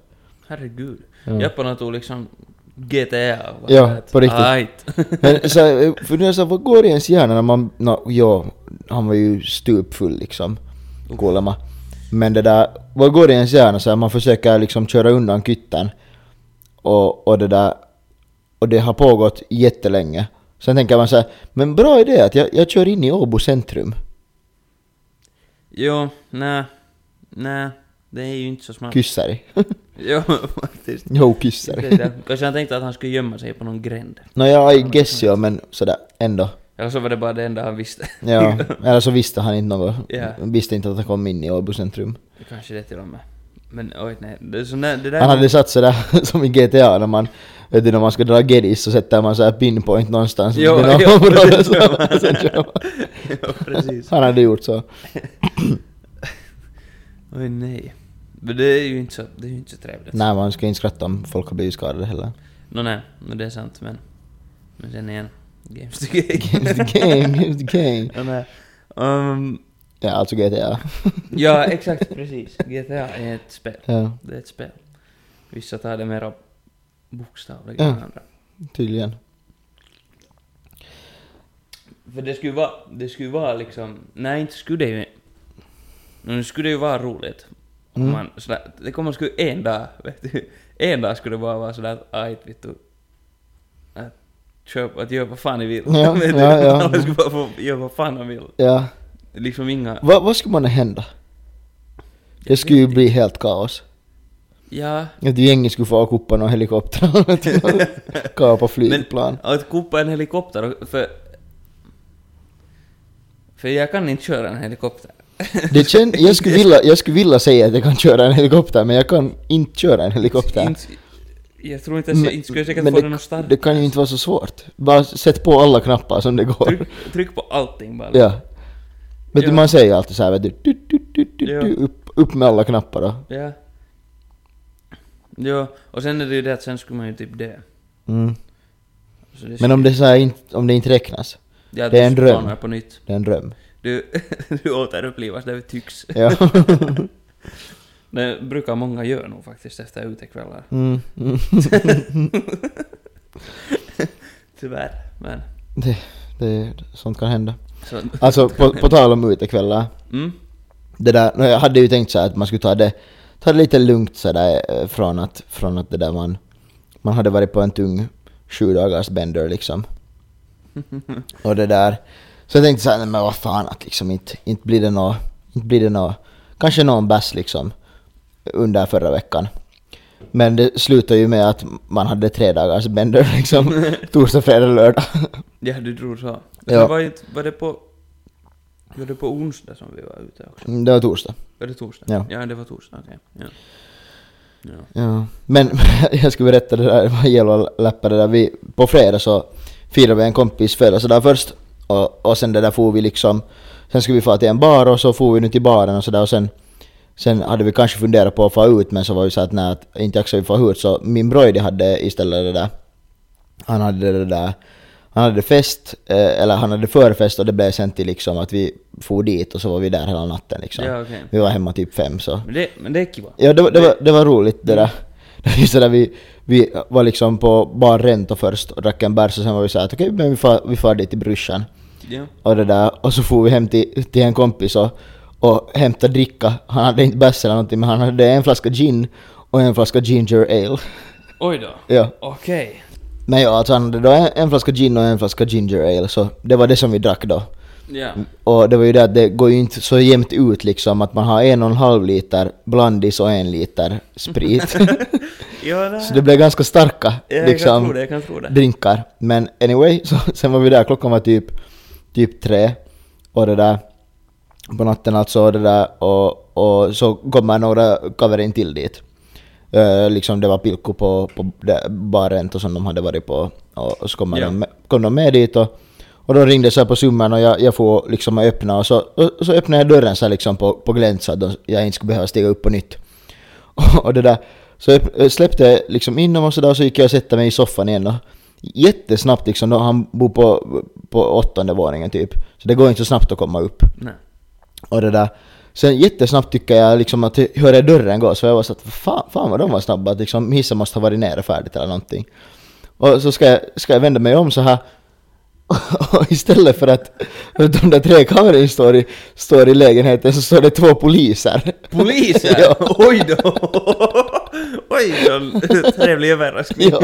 Speaker 2: Herregud. Japparna tog liksom GTA. va?
Speaker 3: Ja, på riktigt.
Speaker 2: Ajt.
Speaker 3: <laughs> Men så här, för det är så här, vad går i ens hjärna när man, nå, ja, han var ju stupfull liksom, kuulemma. Men det där, vad går i ens hjärna så här, man försöker liksom köra undan kytten. Och, och det där, och det har pågått jättelänge. Sen tänker man så här, men bra idé att jag, jag kör in i Åbo centrum.
Speaker 2: <laughs> jo, nä. Nä. Det är ju inte så smart.
Speaker 3: Kyssar <laughs> i.
Speaker 2: <laughs> Jo, faktiskt.
Speaker 3: jo,
Speaker 2: Det
Speaker 3: kyssar
Speaker 2: är
Speaker 3: i.
Speaker 2: det. Kanske han tänkte att han skulle gömma sig på någon
Speaker 3: <laughs>
Speaker 2: gränd.
Speaker 3: Nåja, I guess ja, men sådär, ändå.
Speaker 2: Eller så var det bara det enda han visste. <laughs>
Speaker 3: Ja, eller så visste han inte något.
Speaker 2: Ja.
Speaker 3: Visste inte att han kom in i Åbo centrum.
Speaker 2: Kanske det till och med. Men oj, nej. Det, är sån där, det där...
Speaker 3: Han hade satt sådär <laughs> som i GTA när man Vet du när man ska dra gedis så sätter man såhär pinpoint någonstans
Speaker 2: Jo, <laughs>
Speaker 3: i något
Speaker 2: jo,
Speaker 3: område,
Speaker 2: precis,
Speaker 3: <laughs> så-
Speaker 2: ja.
Speaker 3: sen kör man.
Speaker 2: <laughs> ja, precis.
Speaker 3: Han hade gjort så.
Speaker 2: Oj, nej. Men det är ju inte så, det är ju inte så trevligt.
Speaker 3: Nej man ska inte skratta om folk har blivit
Speaker 2: <laughs>
Speaker 3: skadade heller.
Speaker 2: Nå, nej. Men det är sant, men... Men sen igen. Games
Speaker 3: <laughs>
Speaker 2: to game.
Speaker 3: Games the game, games the game.
Speaker 2: <laughs> Ja, nej. Ehm,
Speaker 3: Ja alltså GTA.
Speaker 2: ja, exakt, precis. GTA är ett spel.
Speaker 3: Ja,
Speaker 2: Det är ett spel. Vissa tar det mera bokstavligen
Speaker 3: Ja.
Speaker 2: än andra.
Speaker 3: tydligen.
Speaker 2: För det skulle ju vara, det skulle ju vara liksom, nej inte skulle det ju, nu skulle det ju vara roligt. Om
Speaker 3: Mm.
Speaker 2: Man, sådär, det kommer skulle en dag, <laughs> vet du, en dag skulle det bara vara sådär att aj vet du, att köpa, att göra vad fan ni vill.
Speaker 3: Ja,
Speaker 2: <laughs> vet du,
Speaker 3: ja, ja.
Speaker 2: Alla skulle bara få göra vad fan de vill.
Speaker 3: Ja.
Speaker 2: Liksom inga,
Speaker 3: Va, vad skulle man hända? Det
Speaker 2: Jag
Speaker 3: skulle ju
Speaker 2: vet
Speaker 3: bli helt kaos.
Speaker 2: ja.
Speaker 3: Att gänget skulle få kuppa någon helikopter eller någonting.
Speaker 2: <laughs>
Speaker 3: Kapa flygplan.
Speaker 2: Men att kuppa en helikopter, och- för... För jag kan inte köra en helikopter.
Speaker 3: Det kän,
Speaker 2: <laughs>
Speaker 3: jag, skulle vilja, jag skulle vilja säga att jag kan köra en helikopter men jag kan inte köra en helikopter.
Speaker 2: Inte, jag tror inte ens jag,
Speaker 3: Men-
Speaker 2: inte skulle jag säkert
Speaker 3: men
Speaker 2: få den att starta.
Speaker 3: det kan ju inte vara så svårt. Bara sätt på alla knappar som det går.
Speaker 2: Tryck, tryck på allting bara.
Speaker 3: <laughs> Ja. Vet du,
Speaker 2: Typ. Ja.
Speaker 3: man säger ju alltid såhär vet du, du, du, du, du,
Speaker 2: Ja.
Speaker 3: du upp, upp med alla knappar då.
Speaker 2: Ja. Ja, och sen är det ju det att sen skulle man ju typ dö.
Speaker 3: Mm.
Speaker 2: Så det
Speaker 3: Men om det, så här, inte- om det inte räknas,
Speaker 2: ja,
Speaker 3: det är en
Speaker 2: du
Speaker 3: dröm.
Speaker 2: planar på nytt.
Speaker 3: det är en dröm.
Speaker 2: Du, <laughs> du återupplivas, det tycks.
Speaker 3: Ja.
Speaker 2: <laughs> Det brukar många göra nog faktiskt efter utekvällar.
Speaker 3: Mm. Mm. <laughs>
Speaker 2: Tyvärr, men...
Speaker 3: Det, det, sånt kan hända.
Speaker 2: Så,
Speaker 3: Alltså på, på tal om utekvällar.
Speaker 2: mm, <laughs>
Speaker 3: det där, nå, jag hade ju tänkt så här att man skulle ta det, ta det lite lugnt så där, eh, från att, från att det där man, man hade varit på en tung sju dagars bender liksom. Och det där. Så jag tänkte så här, nej men vad fan att liksom inte, inte blir det nå, inte blir det nå, kanske någon bass liksom under förra veckan. Men det slutade ju med att man hade tre dagars bender <laughs> liksom, torsdag, fredag, lördag. <laughs>
Speaker 2: ja du tror så.
Speaker 3: Ja.
Speaker 2: Ja. Var, inte- var det på... Var det på onsdag som vi var ute också?
Speaker 3: Det var torsdag.
Speaker 2: Var det torsdag?
Speaker 3: Ja.
Speaker 2: det var torsdag, okej. Ja. Ja.
Speaker 3: Ja. Men <laughs> jag ska berätta det där, det var en jävla läppa det där. Vi, på fredag så firade vi en kompis födelsedag först. Och, och sen det där for vi liksom, sen skulle vi få till en bar och så for vi nu till baren och sådär och sen Sen hade vi kanske funderat på att få ut men så var vi så att nej, att inte jag ska vi få ut så min broidy hade istället det där han hade det där, Han hade fest, eh, eller han hade förfest och det blev sen till liksom att vi for dit och så var vi där hela natten liksom.
Speaker 2: Ja, okej.
Speaker 3: Vi var hemma typ fem så.
Speaker 2: Men det, men det är kiva.
Speaker 3: Ja, det, var- det, var, det var roligt det där. <laughs> Det var just det där vi, vi var liksom på Bar Rento först och drack en bärs och sen var vi så här att okej, men vi far, vi far dit till brorsan.
Speaker 2: Ja.
Speaker 3: Och det där, och så for vi hem till, till en kompis och, och hämtade dricka. Han hade inte bärs eller någonting men han hade en flaska gin och en flaska ginger ale. <laughs>
Speaker 2: Oj då.
Speaker 3: Ja.
Speaker 2: Okej.
Speaker 3: Men ja, alltså han hade då en, en flaska gin och en flaska ginger ale så det var det som vi drack då.
Speaker 2: Ja.
Speaker 3: Och det var ju det att det går ju inte så jämnt ut liksom att man har en och en halv liter blandis och en liter sprit.
Speaker 2: <laughs> Ja, det
Speaker 3: <laughs> Så det blev ganska starka
Speaker 2: Ja, jag kan tro
Speaker 3: liksom,
Speaker 2: det, jag kan tro det.
Speaker 3: drinkar. Men anyway, <laughs> så, sen var vi där, klockan var typ, typ tre och det där på natten alltså och det där och, och så kommer några cover in till dit. Eh, liksom det var Pilko på, på det- baren och som de hade varit på och, och så kommer
Speaker 2: Ja.
Speaker 3: de med, kom de med dit och, och de ringde så här på summan och jag, jag får liksom öppna och så, och så öppnade jag dörren så här liksom på, på glänt så att de, jag inte skulle behöva stiga upp på nytt. Och det där, så jag släppte jag liksom in dem och sådär och så gick jag och satte mig i soffan igen och jättesnabbt liksom, då han bor på, på åttonde våningen typ. Så det går inte så snabbt att komma upp.
Speaker 2: Nej.
Speaker 3: Och det där. Sen jättesnabbt tycker jag liksom att jag hörde dörren gå, så jag var så att fan, fan vad de var snabba, att liksom hissen måste ha varit nere färdigt eller någonting. Och så ska jag, ska jag vända mig om så här. <laughs> Och istället för att de där tre kamerorna står i, står i lägenheten så står det två poliser.
Speaker 2: Poliser?
Speaker 3: Ja.
Speaker 2: Oj då! <laughs> Oj då! Trevlig
Speaker 3: <laughs>
Speaker 2: överraskning.
Speaker 3: Ja.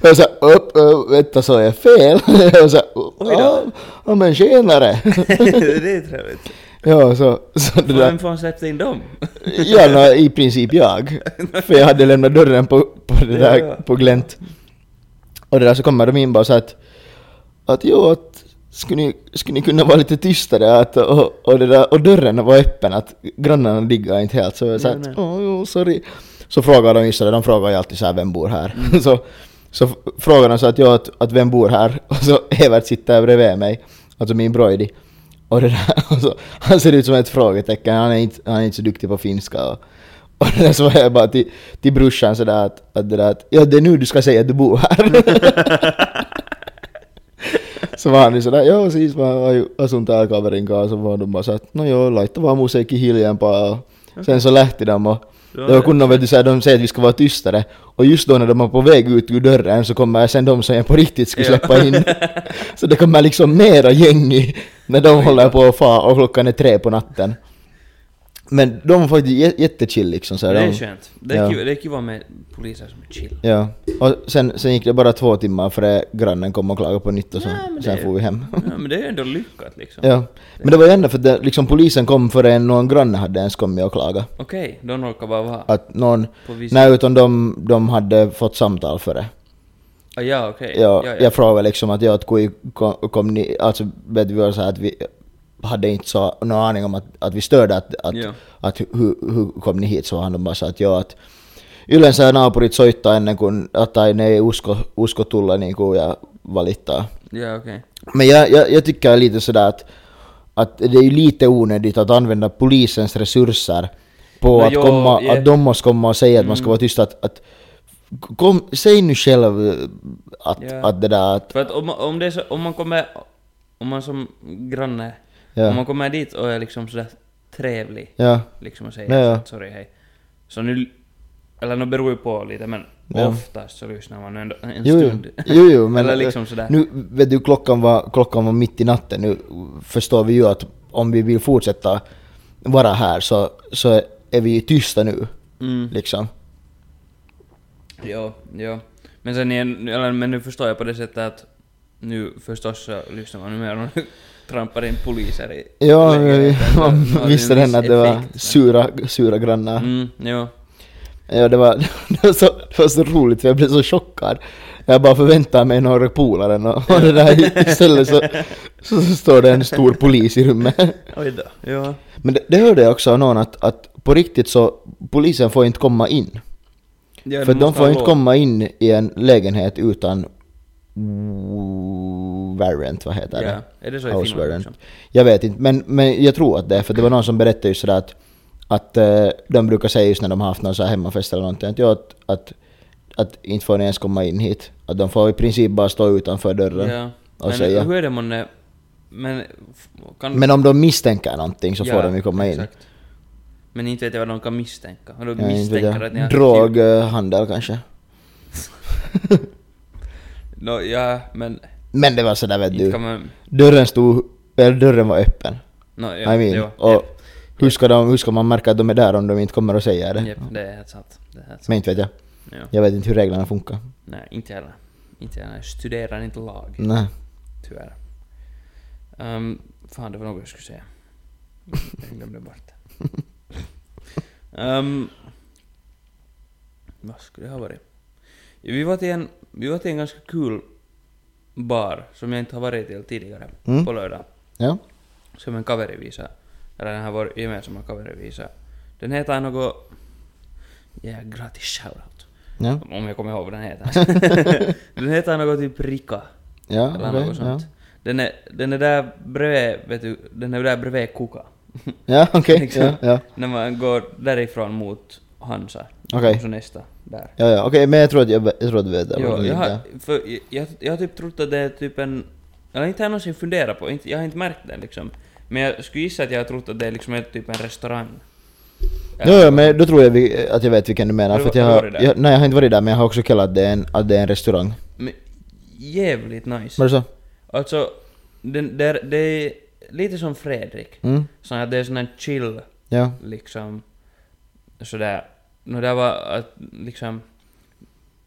Speaker 3: Och jag sa upp, upp, vänta sa jag fel? <laughs> Jag sa upp,
Speaker 2: Oj då.
Speaker 3: ja, ja men tjenare. <laughs>
Speaker 2: det är trevligt.
Speaker 3: Ja, så, så det där.
Speaker 2: Vem fan släppte in dem?
Speaker 3: Ja, nå, i
Speaker 2: <laughs>
Speaker 3: princip jag. För jag hade lämnat dörren på, på det där,
Speaker 2: Ja, ja.
Speaker 3: på glänt. Och det där så kommer de in bara så att, att jo, att skulle ni, skulle ni kunna vara lite tystare? Att, och, och, det där, och dörren var öppen, att grannarna diggade inte helt. Så jag sa
Speaker 2: Nej,
Speaker 3: att,
Speaker 2: nej.
Speaker 3: åh, jo, sorry. Så frågade de just det, de frågar ju alltid så här, vem bor här?
Speaker 2: Mm.
Speaker 3: <laughs> så, så f- frågade de så att, ja, att, att vem bor här? <laughs> Och så Evert sitter bredvid mig, alltså min broidi. Och det där, <laughs> och så, han ser ut som ett frågetecken, han är inte, han är inte så duktig på finska. Och, och det där så var jag bara till, till brorsan sådär att, att, det där, att ja, det är nu du ska säga att du bor här.
Speaker 2: <laughs>
Speaker 3: Så var han ju sådär, joo siis mä aju- asun täällä kaverin kanssa, vaan mä sanoin, että no joo, laittaa vaan musiikki hiljempaa. Ja Sen så lähti de och
Speaker 2: Ja,
Speaker 3: det var kunna vet du såhär, de säger att vi ska vara tystare och just då när de är på väg ut ur dörren så kommer sen de som jag på riktigt skulle
Speaker 2: Ja.
Speaker 3: släppa in. Så det kommer liksom mera gäng i- när de håller på att fara och klockan är tre på natten. Men de var faktiskt jä- jättechill liksom så här,
Speaker 2: det är
Speaker 3: de-
Speaker 2: skönt. Det är
Speaker 3: Ja.
Speaker 2: kiva- det är kiva med poliser som är chill.
Speaker 3: Ja, och sen, sen gick det bara två timmar före grannen kom och klagade på nytt och så,
Speaker 2: Ja, men det
Speaker 3: sen
Speaker 2: är-
Speaker 3: for vi hem.
Speaker 2: <laughs> Ja, men det är ju ändå lyckat liksom.
Speaker 3: Ja. Men det var ju ändå för att det, liksom, polisen kom före någon granne hade ens kommit och klagat.
Speaker 2: Okej, de råkar bara vara...
Speaker 3: Att någon...
Speaker 2: På viss-
Speaker 3: Nej, utan de, de hade fått samtal före.
Speaker 2: Ah, ja, okej.
Speaker 3: Jag, jag frågade liksom att jag kom, kom ni... Alltså vet vi var så här att vi hade inte så någon aning om att, att vi störde att... att,
Speaker 2: Ja.
Speaker 3: att hur, hur kom ni hit? Så han bara sa att ja att... Yleensä naapurit soittaa ennen kuin, tai ne ei usko, usko tulla niin kuin ja valittaa.
Speaker 2: Ja, okej.
Speaker 3: Men jag, jag, jag tycker lite sådär att, att det är ju lite onödigt att använda polisens resurser på
Speaker 2: Nå,
Speaker 3: att,
Speaker 2: jo,
Speaker 3: komma,
Speaker 2: ja. Mm.
Speaker 3: att de måste komma och säga att man ska vara tyst. Att, att, kom, säg nu själv eh, att,
Speaker 2: Ja.
Speaker 3: att det där att...
Speaker 2: För att om, om, det är så, om man kommer... Om man som granne...
Speaker 3: Ja.
Speaker 2: Om man kommer dit och är liksom sådär trevlig
Speaker 3: Ja,
Speaker 2: liksom och
Speaker 3: Ja,
Speaker 2: säger
Speaker 3: ja.
Speaker 2: att sorry hej. Så nu... Eller nu beror ju på lite men
Speaker 3: Ja.
Speaker 2: oftast så lyssnar man ändå en
Speaker 3: jo, jo,
Speaker 2: stund.
Speaker 3: jo, jo, men
Speaker 2: <laughs>
Speaker 3: eh,
Speaker 2: Eller liksom sådär.
Speaker 3: nu vet du klockan var, klockan var mitt i natten. Nu förstår vi ju att om vi vill fortsätta vara här så, så är vi ju tysta nu.
Speaker 2: Mm.
Speaker 3: Liksom.
Speaker 2: Ja, ja. Men sen igen, eller, men nu förstår jag på det sättet att nu förstås så lyssnar man numera och <laughs> trampar in poliser i...
Speaker 3: Ja,
Speaker 2: lägenheten.
Speaker 3: man
Speaker 2: Det har ju en
Speaker 3: visste
Speaker 2: viss
Speaker 3: redan att det var
Speaker 2: effekt, men-
Speaker 3: sura, sura grannar.
Speaker 2: Mm, jo.
Speaker 3: Ja, det var, <laughs> det, var så, det var så roligt för jag blev så chockad. Jag bara förväntade mig några polare och, och det där <laughs> istället så, så, så står det en stor polis i rummet.
Speaker 2: Oj då. Ja.
Speaker 3: Men det, det hörde jag också av någon att, att på riktigt så polisen får inte komma in.
Speaker 2: ja
Speaker 3: för
Speaker 2: du
Speaker 3: de
Speaker 2: måste
Speaker 3: får
Speaker 2: ha
Speaker 3: inte
Speaker 2: lov.
Speaker 3: komma in i en lägenhet utan w- warrant, vad heter
Speaker 2: Ja,
Speaker 3: det?
Speaker 2: är det så i
Speaker 3: House
Speaker 2: Finland
Speaker 3: warrant.
Speaker 2: också?
Speaker 3: Jag vet inte, men, men jag tror att det är för det var någon som berättade just sådär att, att eh, de brukar säga just när de har haft någon så här hemmafest eller någonting att, ja, att, att att inte får ni ens komma in hit. Att de får i princip bara stå utanför dörren.
Speaker 2: Ja.
Speaker 3: och
Speaker 2: Men
Speaker 3: säga.
Speaker 2: hur är det månne... Men... f- Kan...
Speaker 3: Men om de misstänker någonting så
Speaker 2: Ja,
Speaker 3: får de ju komma in.
Speaker 2: Exakt. Men inte vet jag vad de kan misstänka. Om de
Speaker 3: Jag
Speaker 2: misstänker
Speaker 3: inte vet jag.
Speaker 2: att ni har...
Speaker 3: Droghandel kanske.
Speaker 2: <laughs>
Speaker 3: <laughs>
Speaker 2: Nå, ja, men...
Speaker 3: Men det var sådär vet
Speaker 2: Inte
Speaker 3: du.
Speaker 2: kan man...
Speaker 3: Dörren stod, eller dörren var öppen.
Speaker 2: Nå, ja,
Speaker 3: I mean,
Speaker 2: jo,
Speaker 3: och
Speaker 2: japp,
Speaker 3: hur, ska de, hur ska man märka att de är där om de inte kommer och säger det?
Speaker 2: japp, det är helt sant. Det är helt sant.
Speaker 3: Men inte vet jag.
Speaker 2: Ja.
Speaker 3: Jag vet inte hur reglerna funkar.
Speaker 2: Nej, inte heller. Inte heller. Jag studerar inte lag,
Speaker 3: Nej.
Speaker 2: tyvärr. Um, fan, det var något jag skulle säga. Jag glömde bort det. Ehm, vad skulle det ha varit? Vi var till en, vi var till en ganska kul bar som jag inte har varit till tidigare
Speaker 3: Mm.
Speaker 2: på lördag.
Speaker 3: Ja.
Speaker 2: som en coverrevisa. Eller den här vår gemensamma coverrevisa. Den heter något... Ja, gratis shoutout.
Speaker 3: Ja.
Speaker 2: Om jag kommer ihåg vad den
Speaker 3: <laughs>
Speaker 2: heter. den heter något typ Rika.
Speaker 3: Ja,
Speaker 2: Eller
Speaker 3: okej.
Speaker 2: något
Speaker 3: ja.
Speaker 2: sånt. Den, är, den är där bredvid, vet du, den är där bredvid Kuka.
Speaker 3: <laughs> Ja, okej.
Speaker 2: <laughs> Liksom.
Speaker 3: Ja, ja.
Speaker 2: När man går därifrån mot Hansa.
Speaker 3: Okej.
Speaker 2: Och så nästa, där.
Speaker 3: Ja, ja. Okej, men jag tror att jag, jag tror att du vet det.
Speaker 2: Jo, jag, har,
Speaker 3: ja.
Speaker 2: för, jag- jag, jag har typ trott att det är typ en... Jag har inte har någonsin funderat på, inte, jag har inte märkt det liksom. Men jag skulle gissa att jag har trott att det är liksom ett, typ en restaurang.
Speaker 3: Jo, jo, men då tror jag vi, att jag vet vilken du menar.
Speaker 2: Har du
Speaker 3: För att
Speaker 2: va-
Speaker 3: jag
Speaker 2: har du
Speaker 3: har,
Speaker 2: varit där?
Speaker 3: jag, nej, jag har inte varit där, men jag har också kallat att det är en, att det är en restaurang.
Speaker 2: Men jävligt nice.
Speaker 3: Var det så?
Speaker 2: Alltså, den, där, det är lite som Fredrik.
Speaker 3: Mm.
Speaker 2: Så att det är sån här chill,
Speaker 3: Ja.
Speaker 2: liksom, sådär. No, där var att liksom,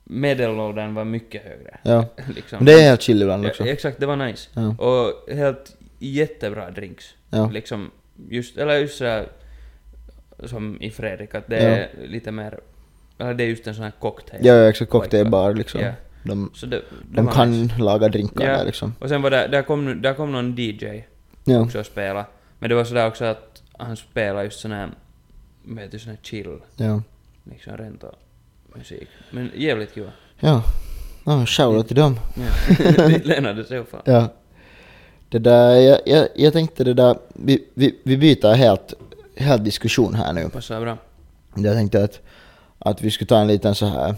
Speaker 2: medelåldern var mycket högre.
Speaker 3: Ja.
Speaker 2: <laughs> liksom.
Speaker 3: Men det är helt chill ibland
Speaker 2: Ja,
Speaker 3: också.
Speaker 2: Exakt, det var nice.
Speaker 3: Ja.
Speaker 2: Och helt jättebra drinks.
Speaker 3: Ja.
Speaker 2: Liksom, just, eller just sådär som i Fredrik, att det
Speaker 3: Ja.
Speaker 2: är lite mer, eller det är just en sån här cocktail.
Speaker 3: Ja, ja, exakt. Cocktailbar liksom.
Speaker 2: Ja.
Speaker 3: De,
Speaker 2: Så det, det
Speaker 3: de
Speaker 2: var
Speaker 3: kan
Speaker 2: nice.
Speaker 3: laga drinkar
Speaker 2: Ja.
Speaker 3: där liksom.
Speaker 2: Och sen var det, där kom, nu- där kom någon DJ
Speaker 3: Ja.
Speaker 2: också och spela. Men det var sådär också att han spelade just sån här, vet du, sån här chill,
Speaker 3: Ja.
Speaker 2: liksom rent och musik. Men jävligt kul.
Speaker 3: Ja. Ja, shoutout till dem. <laughs>
Speaker 2: Ja. det lönade sig fan.
Speaker 3: Ja. Det där, jag, jag, jag tänkte det där, vi, vi, vi byter helt, helt diskussion här nu.
Speaker 2: Passar bra.
Speaker 3: Jag tänkte att, att vi skulle ta en liten så här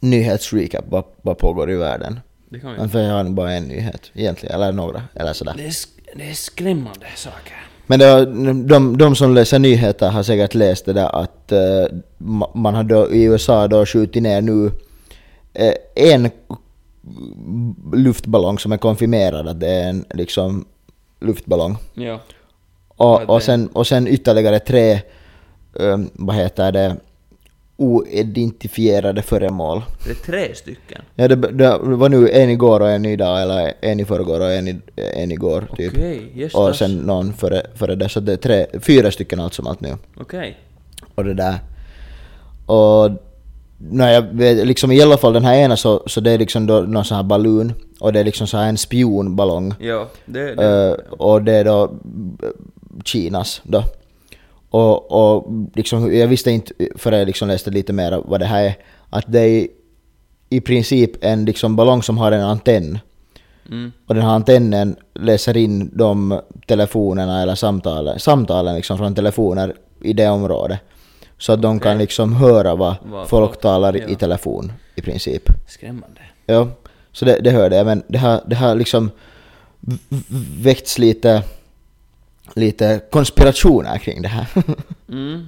Speaker 3: nyhetsrecap, vad, vad pågår i världen.
Speaker 2: Det kan vi.
Speaker 3: Men För jag har bara en nyhet egentligen, eller några, eller sådär.
Speaker 2: Det är, sk- det är skrämmande saker.
Speaker 3: Men det, har- de, de som läser nyheter har säkert läst det där att eh, ma- man har då, i USA då skjutit ner nu eh, en luftballong som är konfirmerad att det är en liksom luftballong.
Speaker 2: Ja.
Speaker 3: Och,
Speaker 2: Ja,
Speaker 3: och,
Speaker 2: det-
Speaker 3: sen, och sen ytterligare tre, um, vad heter det, oidentifierade föremål.
Speaker 2: Det är tre stycken.
Speaker 3: Ja, det, det var nu en igår och en idag, eller en i förrgår och en, i, en igår typ.
Speaker 2: Okej, just
Speaker 3: och
Speaker 2: das.
Speaker 3: sen någon före, före det, så det är tre, fyra stycken allt som allt nu.
Speaker 2: Okej.
Speaker 3: Och det där. Och nej, jag vet, liksom i alla fall den här ena så, så det är liksom då någon sån här ballon och det är liksom så här en spionballong.
Speaker 2: Ja, det... det
Speaker 3: Eh, och det är då eh, Kinas då. Och, och liksom, jag visste inte förrän jag liksom läste lite mer vad det här är. Att det är i princip en liksom ballong som har en antenn.
Speaker 2: mm.
Speaker 3: Och den här antennen läser in de telefonerna eller samtalen, samtalen liksom från telefoner i det området. Så att de kan liksom höra vad,
Speaker 2: Vad
Speaker 3: folk
Speaker 2: folk-
Speaker 3: talar i
Speaker 2: ja.
Speaker 3: telefon i princip.
Speaker 2: Skrämmande.
Speaker 3: Ja, så det, det hörde jag. Men det har, det har liksom v- v- väckts lite, lite konspirationer kring det här. <laughs>
Speaker 2: Mm.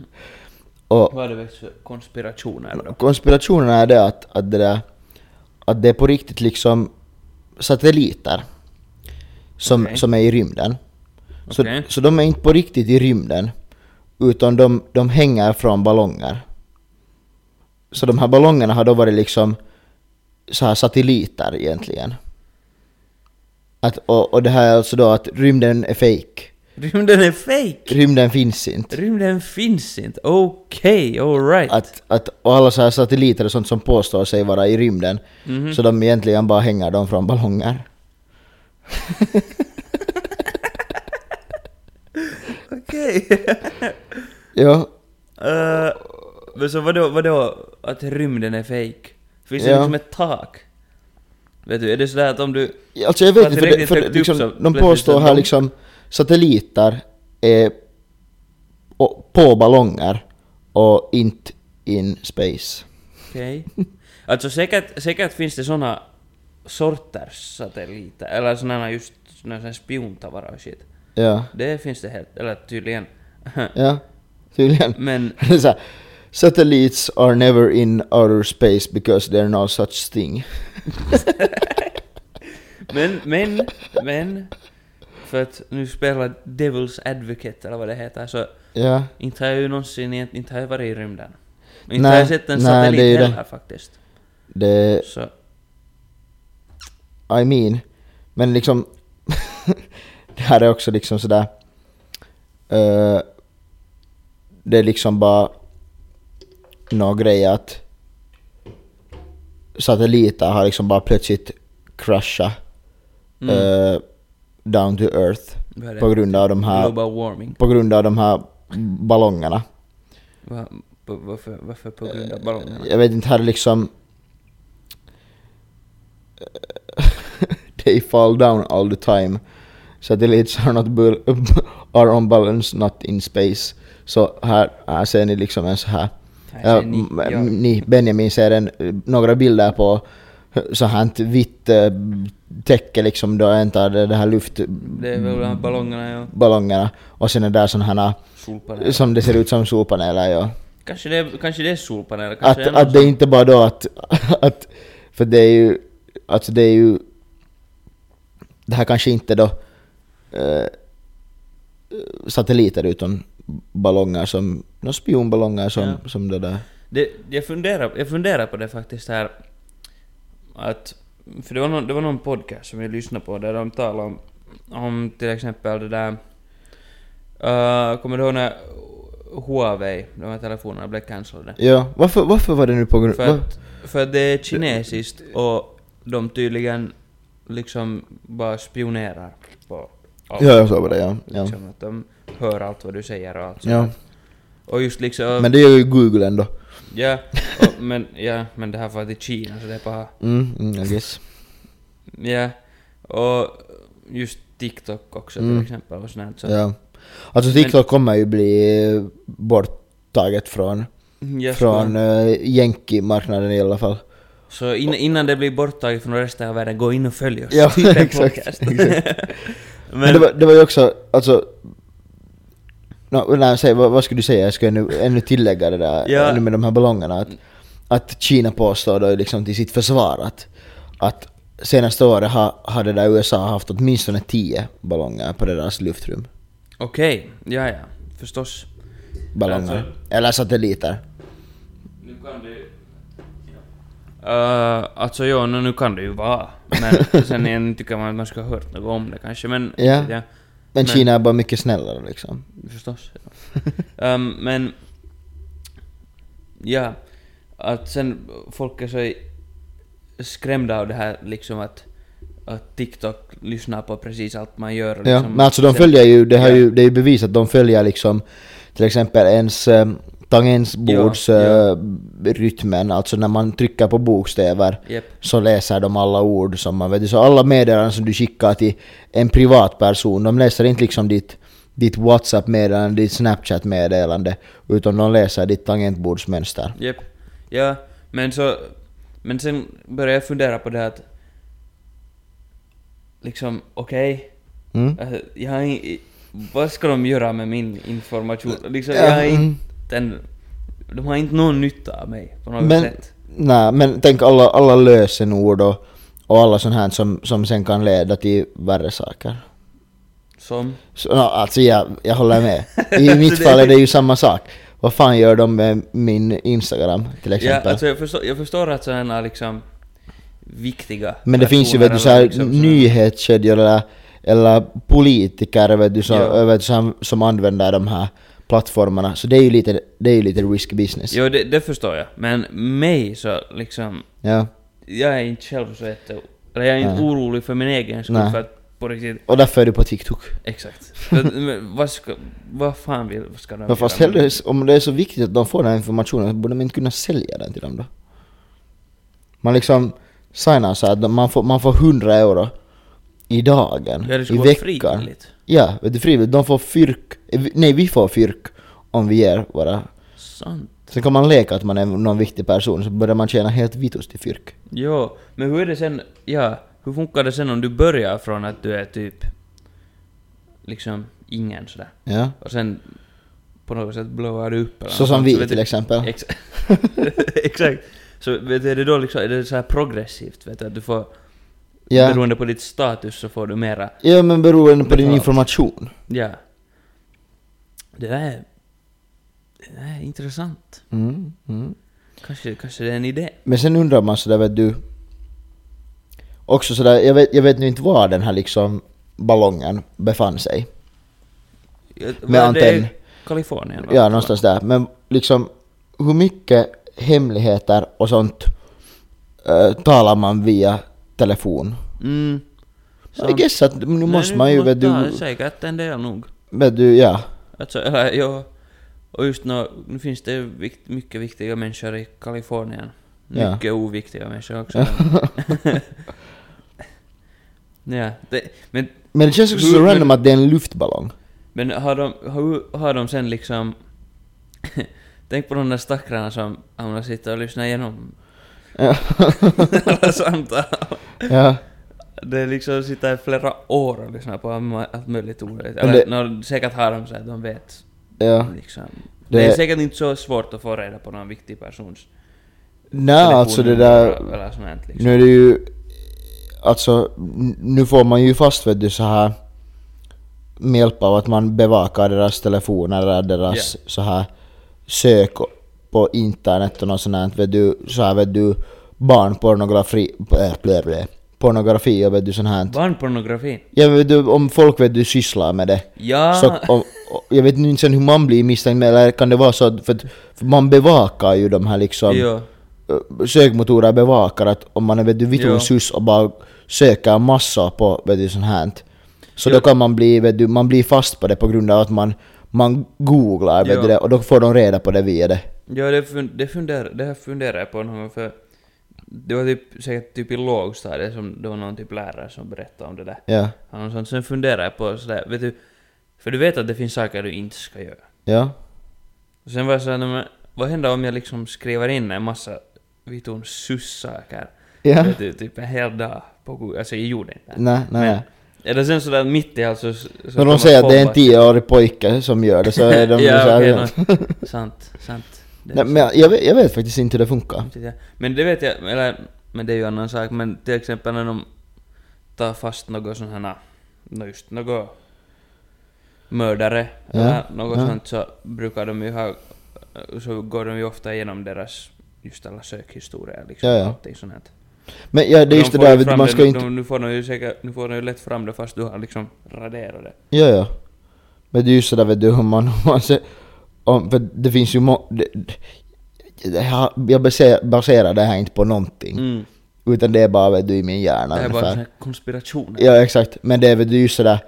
Speaker 3: Och
Speaker 2: Vad har det väckt för konspirationer då?
Speaker 3: konspirationerna är det att, att, det där, att det är på riktigt liksom satelliter som,
Speaker 2: Okej.
Speaker 3: som är i rymden. Så,
Speaker 2: Okej.
Speaker 3: så de är inte på riktigt i rymden, utan de, de hänger från ballonger. Så de här ballongerna har då varit liksom så här satelliter egentligen. Att, och, och det här är alltså då att rymden är fake.
Speaker 2: Rymden är fake!
Speaker 3: Rymden finns inte.
Speaker 2: Rymden finns inte. Okej, alright.
Speaker 3: Att, att och alla så här satelliter och sånt som påstår sig vara i rymden,
Speaker 2: Mhm.
Speaker 3: så de egentligen bara hänger dem från ballonger.
Speaker 2: Okej. <laughs>
Speaker 3: Ja,
Speaker 2: Eh, Men så vadå, vadå att rymden är fake? Finns det
Speaker 3: Ja.
Speaker 2: liksom ett tak? Vet du, är det sådär att om du...
Speaker 3: Alltså jag
Speaker 2: Så
Speaker 3: vet
Speaker 2: att
Speaker 3: inte,
Speaker 2: det
Speaker 3: för, det,
Speaker 2: riktigt
Speaker 3: för
Speaker 2: högt upp så
Speaker 3: liksom, de
Speaker 2: plötsligt
Speaker 3: påstår
Speaker 2: en
Speaker 3: här
Speaker 2: bomb.
Speaker 3: liksom satelliter är å- på ballonger och inte in space.
Speaker 2: Okej. Alltså säkert, säkert finns det såna sorters satelliter, eller såna just såna här spiontavarar och shit.
Speaker 3: Ja.
Speaker 2: Det finns det helt, eller tydligen.
Speaker 3: Ja, tydligen.
Speaker 2: Men
Speaker 3: <laughs> Det är så här, Satellites are never in outer space because they're no such
Speaker 2: <laughs>
Speaker 3: thing.
Speaker 2: Men, men, men. För att nu spelar Devil's Advocate, eller vad det heter, så
Speaker 3: Ja,
Speaker 2: inte har jag ju någonsin egentligen, inte har jag varit i rymden. Och Inte
Speaker 3: Nej,
Speaker 2: har jag sett en
Speaker 3: nej,
Speaker 2: satellit
Speaker 3: det är ju det.
Speaker 2: heller faktiskt.
Speaker 3: det...
Speaker 2: Så,
Speaker 3: I mean. Men liksom... <laughs> det här är också liksom sådär... eh, det är liksom bara... Någon grej att... Satelliter har liksom bara plötsligt crashat
Speaker 2: Mm.
Speaker 3: eh, down to earth.
Speaker 2: vad är det?
Speaker 3: På grund av de här...
Speaker 2: Global warming.
Speaker 3: På grund av de här ballongerna.
Speaker 2: Va, på- varför, varför på grund av ballongerna?
Speaker 3: Jag vet inte, här är liksom... <laughs> They fall down all the time. Satellites are, not bu- <laughs> are on balance, not in space. Så här, här ser ni liksom en så här...
Speaker 2: Här
Speaker 3: Ja, mm.
Speaker 2: ser ni,
Speaker 3: m-
Speaker 2: ja.
Speaker 3: m- ni, Benjamin ser en, några bilder på så här ett vitt eh, täcke liksom då antar det, det här
Speaker 2: Det är väl de här ballongerna, ja.
Speaker 3: luftballongerna. Och sen är där sådana här,
Speaker 2: Solpaneler.
Speaker 3: som det ser ut som solpaneler ja.
Speaker 2: Kanske det, är- kanske det är solpaneler, kanske
Speaker 3: Att,
Speaker 2: är
Speaker 3: att det är inte bara då att, att... För det är ju... Alltså det är ju... Det här kanske inte då... Eh, satelliter utan ballonger som... Några spionballonger som,
Speaker 2: Ja.
Speaker 3: som det där...
Speaker 2: Det, jag, funderar, jag funderar på det faktiskt här. Att, för det var, någon, det var någon podcast som jag lyssnade på där de talade om, om till exempel det där... Uh, kommer du ihåg när Huawei, de här telefonerna, blev cancellade?
Speaker 3: Ja, varför, varför var det nu på grund...
Speaker 2: För
Speaker 3: Var,
Speaker 2: att, för att det är kinesiskt och de tydligen liksom bara spionerar på allt.
Speaker 3: ja, jag såg det ja. ja.
Speaker 2: Liksom att de hör allt vad du säger och allt sånt.
Speaker 3: ja.
Speaker 2: Och just liksom...
Speaker 3: Men det gör ju Google ändå. <laughs>
Speaker 2: Ja, och, men, ja, men det här var till Kina så det är bara...
Speaker 3: Mm, mm I guess.
Speaker 2: Ja, och just TikTok också till exempel och sånt. Så.
Speaker 3: Mm. Ja. Alltså TikTok kommer ju bli eh, borttaget från,
Speaker 2: Ja, så-
Speaker 3: från uh, jänki-marknaden i alla fall.
Speaker 2: Så in, innan det blir borttaget från resten av världen, gå in och följ oss. <laughs>
Speaker 3: Ja,
Speaker 2: Typ en
Speaker 3: exakt,
Speaker 2: podcast.
Speaker 3: exakt.
Speaker 2: <laughs> men,
Speaker 3: Men, det, var, det var ju också, alltså... No, nej, säg, vad, vad skulle du säga? Jag ska ännu, ännu tillägga det där
Speaker 2: Ja.
Speaker 3: ännu med de här ballongerna. Att, att Kina påstår då liksom till sitt försvar att, att senaste året har, har det där USA haft åtminstone 10 ballonger på deras luftrum.
Speaker 2: Okej, ja ja, förstås.
Speaker 3: Ballonger.
Speaker 2: Alltså?
Speaker 3: Eller satelliter.
Speaker 2: Nu kan det Uh, alltså ja, nu, nu kan det ju vara.
Speaker 3: <laughs>
Speaker 2: Men sen igen tycker man att man ska ha hört något om det kanske. Men
Speaker 3: Ja.
Speaker 2: ja
Speaker 3: Men, Kina är bara mycket snällare liksom.
Speaker 2: Förstås. Ja. Ehm, men... Ja. Att sen folk är så skrämda av det här liksom att, att TikTok lyssnar på precis allt man gör. och
Speaker 3: Ja,
Speaker 2: liksom,
Speaker 3: men alltså de
Speaker 2: sen-
Speaker 3: följer ju, det, har
Speaker 2: Ja.
Speaker 3: ju, det är ju bevis att de följer liksom till exempel ens
Speaker 2: Ja,
Speaker 3: eh,
Speaker 2: ja.
Speaker 3: tangensbordsrytmen, alltså när man trycker på bokstäver
Speaker 2: Japp.
Speaker 3: så läser de alla ord som man vet. Så alla meddelanden som du skickar till en privatperson, de läser inte liksom ditt, ditt WhatsApp-meddelande, ditt Snapchat-meddelande, utan de läser ditt tangentbordsmönster.
Speaker 2: Japp. Ja, men så... Men sen började jag fundera på det här att... Liksom, okej.
Speaker 3: Mm?
Speaker 2: Alltså, jag har in, vad ska de göra med min information? Liksom,
Speaker 3: Ja,
Speaker 2: jag har
Speaker 3: mm.
Speaker 2: inte en, De har inte någon nytta av mig på något
Speaker 3: Men,
Speaker 2: sätt.
Speaker 3: nej, men tänk alla, alla lösenord och, och alla sånt här som, som sen kan leda till värre saker.
Speaker 2: Som...
Speaker 3: Så, no, alltså jag, jag håller med.
Speaker 2: <laughs>
Speaker 3: I
Speaker 2: Alltså,
Speaker 3: mitt
Speaker 2: det-
Speaker 3: fall är det ju samma sak. Vad fan gör de med min Instagram till
Speaker 2: Ja,
Speaker 3: exempel?
Speaker 2: alltså jag förstår, jag förstår att sådana liksom viktiga
Speaker 3: Men det finns ju vet du, så
Speaker 2: personer
Speaker 3: här,
Speaker 2: eller liksom sådana-
Speaker 3: nyhetskedjor eller, eller politiker vet du, som,
Speaker 2: Ja.
Speaker 3: vet du, som, som använder de här plattformarna. Så det är ju lite, det är ju lite risky business.
Speaker 2: Jo, det, det förstår jag. Men mig så liksom...
Speaker 3: Ja.
Speaker 2: Jag är inte själv så jätte... Eller jag är inte
Speaker 3: Nej.
Speaker 2: orolig för min egen skull
Speaker 3: Nej.
Speaker 2: för att på riktigt...
Speaker 3: Och därför är du på TikTok.
Speaker 2: Exakt. För att, men vad ska... Vad fan vill, vad ska de
Speaker 3: Men fast
Speaker 2: göra med
Speaker 3: hellre, om det är så viktigt att de får den här informationen, så borde man inte kunna sälja den till dem då? Man liksom signar så att de- man får, man får 100 euro i dagen,
Speaker 2: Ja, det
Speaker 3: i
Speaker 2: skulle vara
Speaker 3: veckan.
Speaker 2: frivilligt.
Speaker 3: Ja, vet du frivilligt. De får fyrk, eh, vi- nej vi får fyrk om vi ger våra
Speaker 2: Sant.
Speaker 3: Sen kan man leka att man är någon viktig person, så börjar man tjäna helt vitus i fyrk.
Speaker 2: Jo, men hur är det sen, ja, hur funkar det sen om du börjar från att du är typ liksom ingen sådär?
Speaker 3: Ja.
Speaker 2: Och sen på något sätt blowar du upp eller
Speaker 3: Så
Speaker 2: något
Speaker 3: som
Speaker 2: sånt,
Speaker 3: vi
Speaker 2: vet
Speaker 3: till
Speaker 2: du-
Speaker 3: exempel.
Speaker 2: Ex- <laughs> Exakt. Så vet du, är det då liksom, är det så här progressivt vet du, att du får,
Speaker 3: Ja.
Speaker 2: beroende på ditt status så får du mera,
Speaker 3: ja, men beroende på din
Speaker 2: Betalt.
Speaker 3: information.
Speaker 2: ja. Det där är, det där är intressant.
Speaker 3: Mm, mm.
Speaker 2: Kanske, kanske det är en idé.
Speaker 3: Men sen undrar man sådär vet du... Också sådär, jag vet, jag vet nu inte var den här liksom ballongen befann sig.
Speaker 2: Jag-
Speaker 3: Med
Speaker 2: vad är det?
Speaker 3: antenn.
Speaker 2: Kalifornien va?
Speaker 3: Ja, någonstans där. Men liksom, hur mycket hemligheter och sånt eh, talar man via telefon?
Speaker 2: Mm.
Speaker 3: Så. I guess att nu måste man ju, vet
Speaker 2: tar
Speaker 3: du,
Speaker 2: säkert en del nog.
Speaker 3: vet du, ja.
Speaker 2: Alltså, eller ja. Och just nu, nu finns det vikt, mycket viktiga människor i Kalifornien.
Speaker 3: Ja.
Speaker 2: Mycket oviktiga människor också. <laughs> ja, det, men,
Speaker 3: Men det känns också så
Speaker 2: Hur-
Speaker 3: random att det är en <laughs> luftballong.
Speaker 2: men har de, hur har de sen liksom... <laughs> Tänk på de där stackarna som hamnar sitta och lyssna igenom <laughs>
Speaker 3: Ja. <laughs>
Speaker 2: alla samtal.
Speaker 3: ja.
Speaker 2: Det liksom sitter i flera år och lyssnar på allt- allt möjligt ordet.
Speaker 3: Men
Speaker 2: Eller nå, säkert har de så att de vet.
Speaker 3: ja.
Speaker 2: Liksom. Det...
Speaker 3: Det-
Speaker 2: är säkert inte så svårt att få reda på någon viktig persons
Speaker 3: Nej, alltså det där...
Speaker 2: telefonnummer Eller sånt här, liksom.
Speaker 3: Nu är det ju... Alltså, n- nu får man ju fast vet du så här med hjälp av att man bevakar deras telefoner eller deras så här sök på internet och något sånt här, vet du, så här vet du barnpornografi, äh, blä, blä, pornografi och vet du sånt här.
Speaker 2: Barnpornografin.
Speaker 3: Ja men vet du, om folk vet du sysslar med det.
Speaker 2: Ja!
Speaker 3: Så, och, och, jag vet nu inte sen hur man blir misstänkt men eller kan det vara så att, för att för man bevakar ju de här liksom
Speaker 2: jo.
Speaker 3: ö, sökmotorer bevakar att om man är vet du
Speaker 2: Jo.
Speaker 3: vitun sus och bara söker massor på vet du sånt här. Så
Speaker 2: Jo.
Speaker 3: då kan man bli, vet du, man blir fast på det på grund av att man, man googlar vet
Speaker 2: Jo.
Speaker 3: du det och då får de reda på det via det.
Speaker 2: Ja, det, fun- det, funder- det här funderar jag på någon gång för det var typ, säkert typ i lågstadiet som det var någon typ lärare som berättade om det där.
Speaker 3: Ja.
Speaker 2: Och något sånt. Sen funderar jag på sådär, vet du, för du vet att det finns saker du inte ska göra.
Speaker 3: Ja.
Speaker 2: Och sen var jag såhär, "Nej, men vad händer om jag liksom skriver in en massa vitun sussaker?
Speaker 3: Ja.
Speaker 2: Vet du, typ en hel dag på Google. Alltså jag gjorde inte det.
Speaker 3: Nej, nej.
Speaker 2: Eller sen sådär mitt i allt så... så
Speaker 3: När
Speaker 2: kommer
Speaker 3: de säger att det är en
Speaker 2: folkpark-
Speaker 3: tioårig pojke som gör det så är de
Speaker 2: <laughs>
Speaker 3: så
Speaker 2: ja,
Speaker 3: här,
Speaker 2: okej,
Speaker 3: ja. <laughs>
Speaker 2: nå, sant, sant. Det är
Speaker 3: Nej, men jag, vet- jag vet faktiskt inte hur det funkar.
Speaker 2: sant, ja. Men det vet jag, eller, men det är ju annan sak, men till exempel när de tar fast något sån här, nå just något mördare
Speaker 3: Ja,
Speaker 2: eller något
Speaker 3: ja.
Speaker 2: sånt så brukar de ju ha, så går de ju ofta igenom deras just alla sökhistorier liksom,
Speaker 3: Ja, ja.
Speaker 2: allting sånt här.
Speaker 3: Men ja, det
Speaker 2: Och
Speaker 3: är just det
Speaker 2: får ju
Speaker 3: där, vet du,
Speaker 2: fram
Speaker 3: man
Speaker 2: det,
Speaker 3: ska
Speaker 2: de,
Speaker 3: inte...
Speaker 2: Nu får de ju säkert, nu får de ju lätt fram det fast du har liksom raderat det.
Speaker 3: Ja, ja. Men det är ju sådär vet du hur man... hur man ser, om, för det finns ju må, det, det- det här, Jag baserar, baserar det här inte på någonting.
Speaker 2: Mm.
Speaker 3: Utan det är bara vet du i min hjärna
Speaker 2: Det är bara
Speaker 3: ungefär.
Speaker 2: såna här konspirationer.
Speaker 3: Ja, exakt. Men det är väl det är ju sådär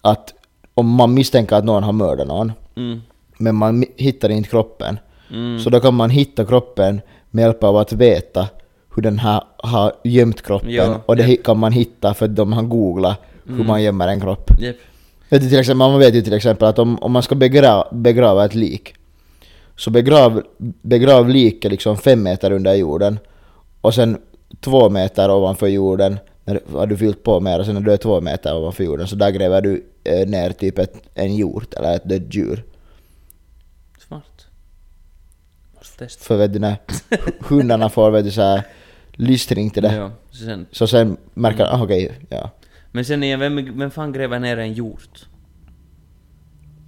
Speaker 3: att om man misstänker att någon har mördat någon,
Speaker 2: Mm.
Speaker 3: men man mi- hittar inte kroppen.
Speaker 2: Mm.
Speaker 3: Så då kan man hitta kroppen med hjälp av att veta hur den här har gömt kroppen.
Speaker 2: Ja, Mm.
Speaker 3: och det
Speaker 2: ja.
Speaker 3: hi- kan man hitta för att de har googlat hur man gömmer en kropp.
Speaker 2: Jep.
Speaker 3: Vet du, till exempel, man vet ju till exempel att om, om man ska begra, begrava ett lik så begrav, begrav liket liksom fem meter under jorden och sen två meter ovanför jorden när du- har du fyllt på mer och sen när du är två meter ovanför jorden så där gräver du eh, ner typ ett, en hjort eller ett dött djur.
Speaker 2: Smart. Måste testa.
Speaker 3: För vet du när hundarna får vet du, så här, lystring till det
Speaker 2: Ja, så sen.
Speaker 3: så sen märker de ah, okej, ja.
Speaker 2: Men sen igen, vem, vem fan gräver ner en hjort? <laughs>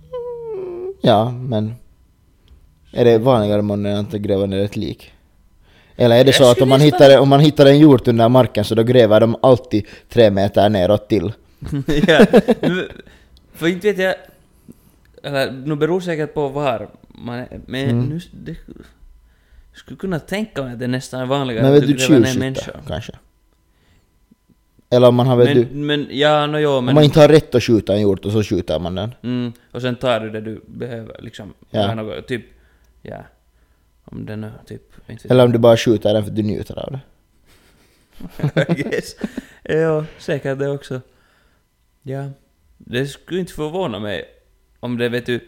Speaker 3: Ja, men... Är det vanligare månne än att gräva ner ett lik? Eller är det
Speaker 2: Jag
Speaker 3: så att
Speaker 2: skulle
Speaker 3: om man,
Speaker 2: nästan-
Speaker 3: hittar, om man hittar en hjort under marken så då gräver de alltid tre meter neråt till?
Speaker 2: ja. nu- För inte vet jag... Eller, nu beror säkert på var man är. Men
Speaker 3: Mm.
Speaker 2: nu... Det, jag skulle kunna tänka mig att det nästan är vanligare
Speaker 3: Men
Speaker 2: att
Speaker 3: vet
Speaker 2: du
Speaker 3: du
Speaker 2: gräver ner människor.
Speaker 3: tjuvskyttar kanske? Eller om man har, vet du,
Speaker 2: Men, men ja, no, jo,
Speaker 3: om
Speaker 2: men...
Speaker 3: man inte har rätt att skjuta en hjort och så skjuter man den.
Speaker 2: Mm, och sen tar du det du behöver liksom.
Speaker 3: Ja.
Speaker 2: Eller Något, typ... Ja. Om det nu typ... Inte
Speaker 3: Eller om du bara skjuter den för att du njuter av det.
Speaker 2: <laughs> I guess. ja, säkert det också. Ja. Det skulle inte förvåna mig om det, vet du,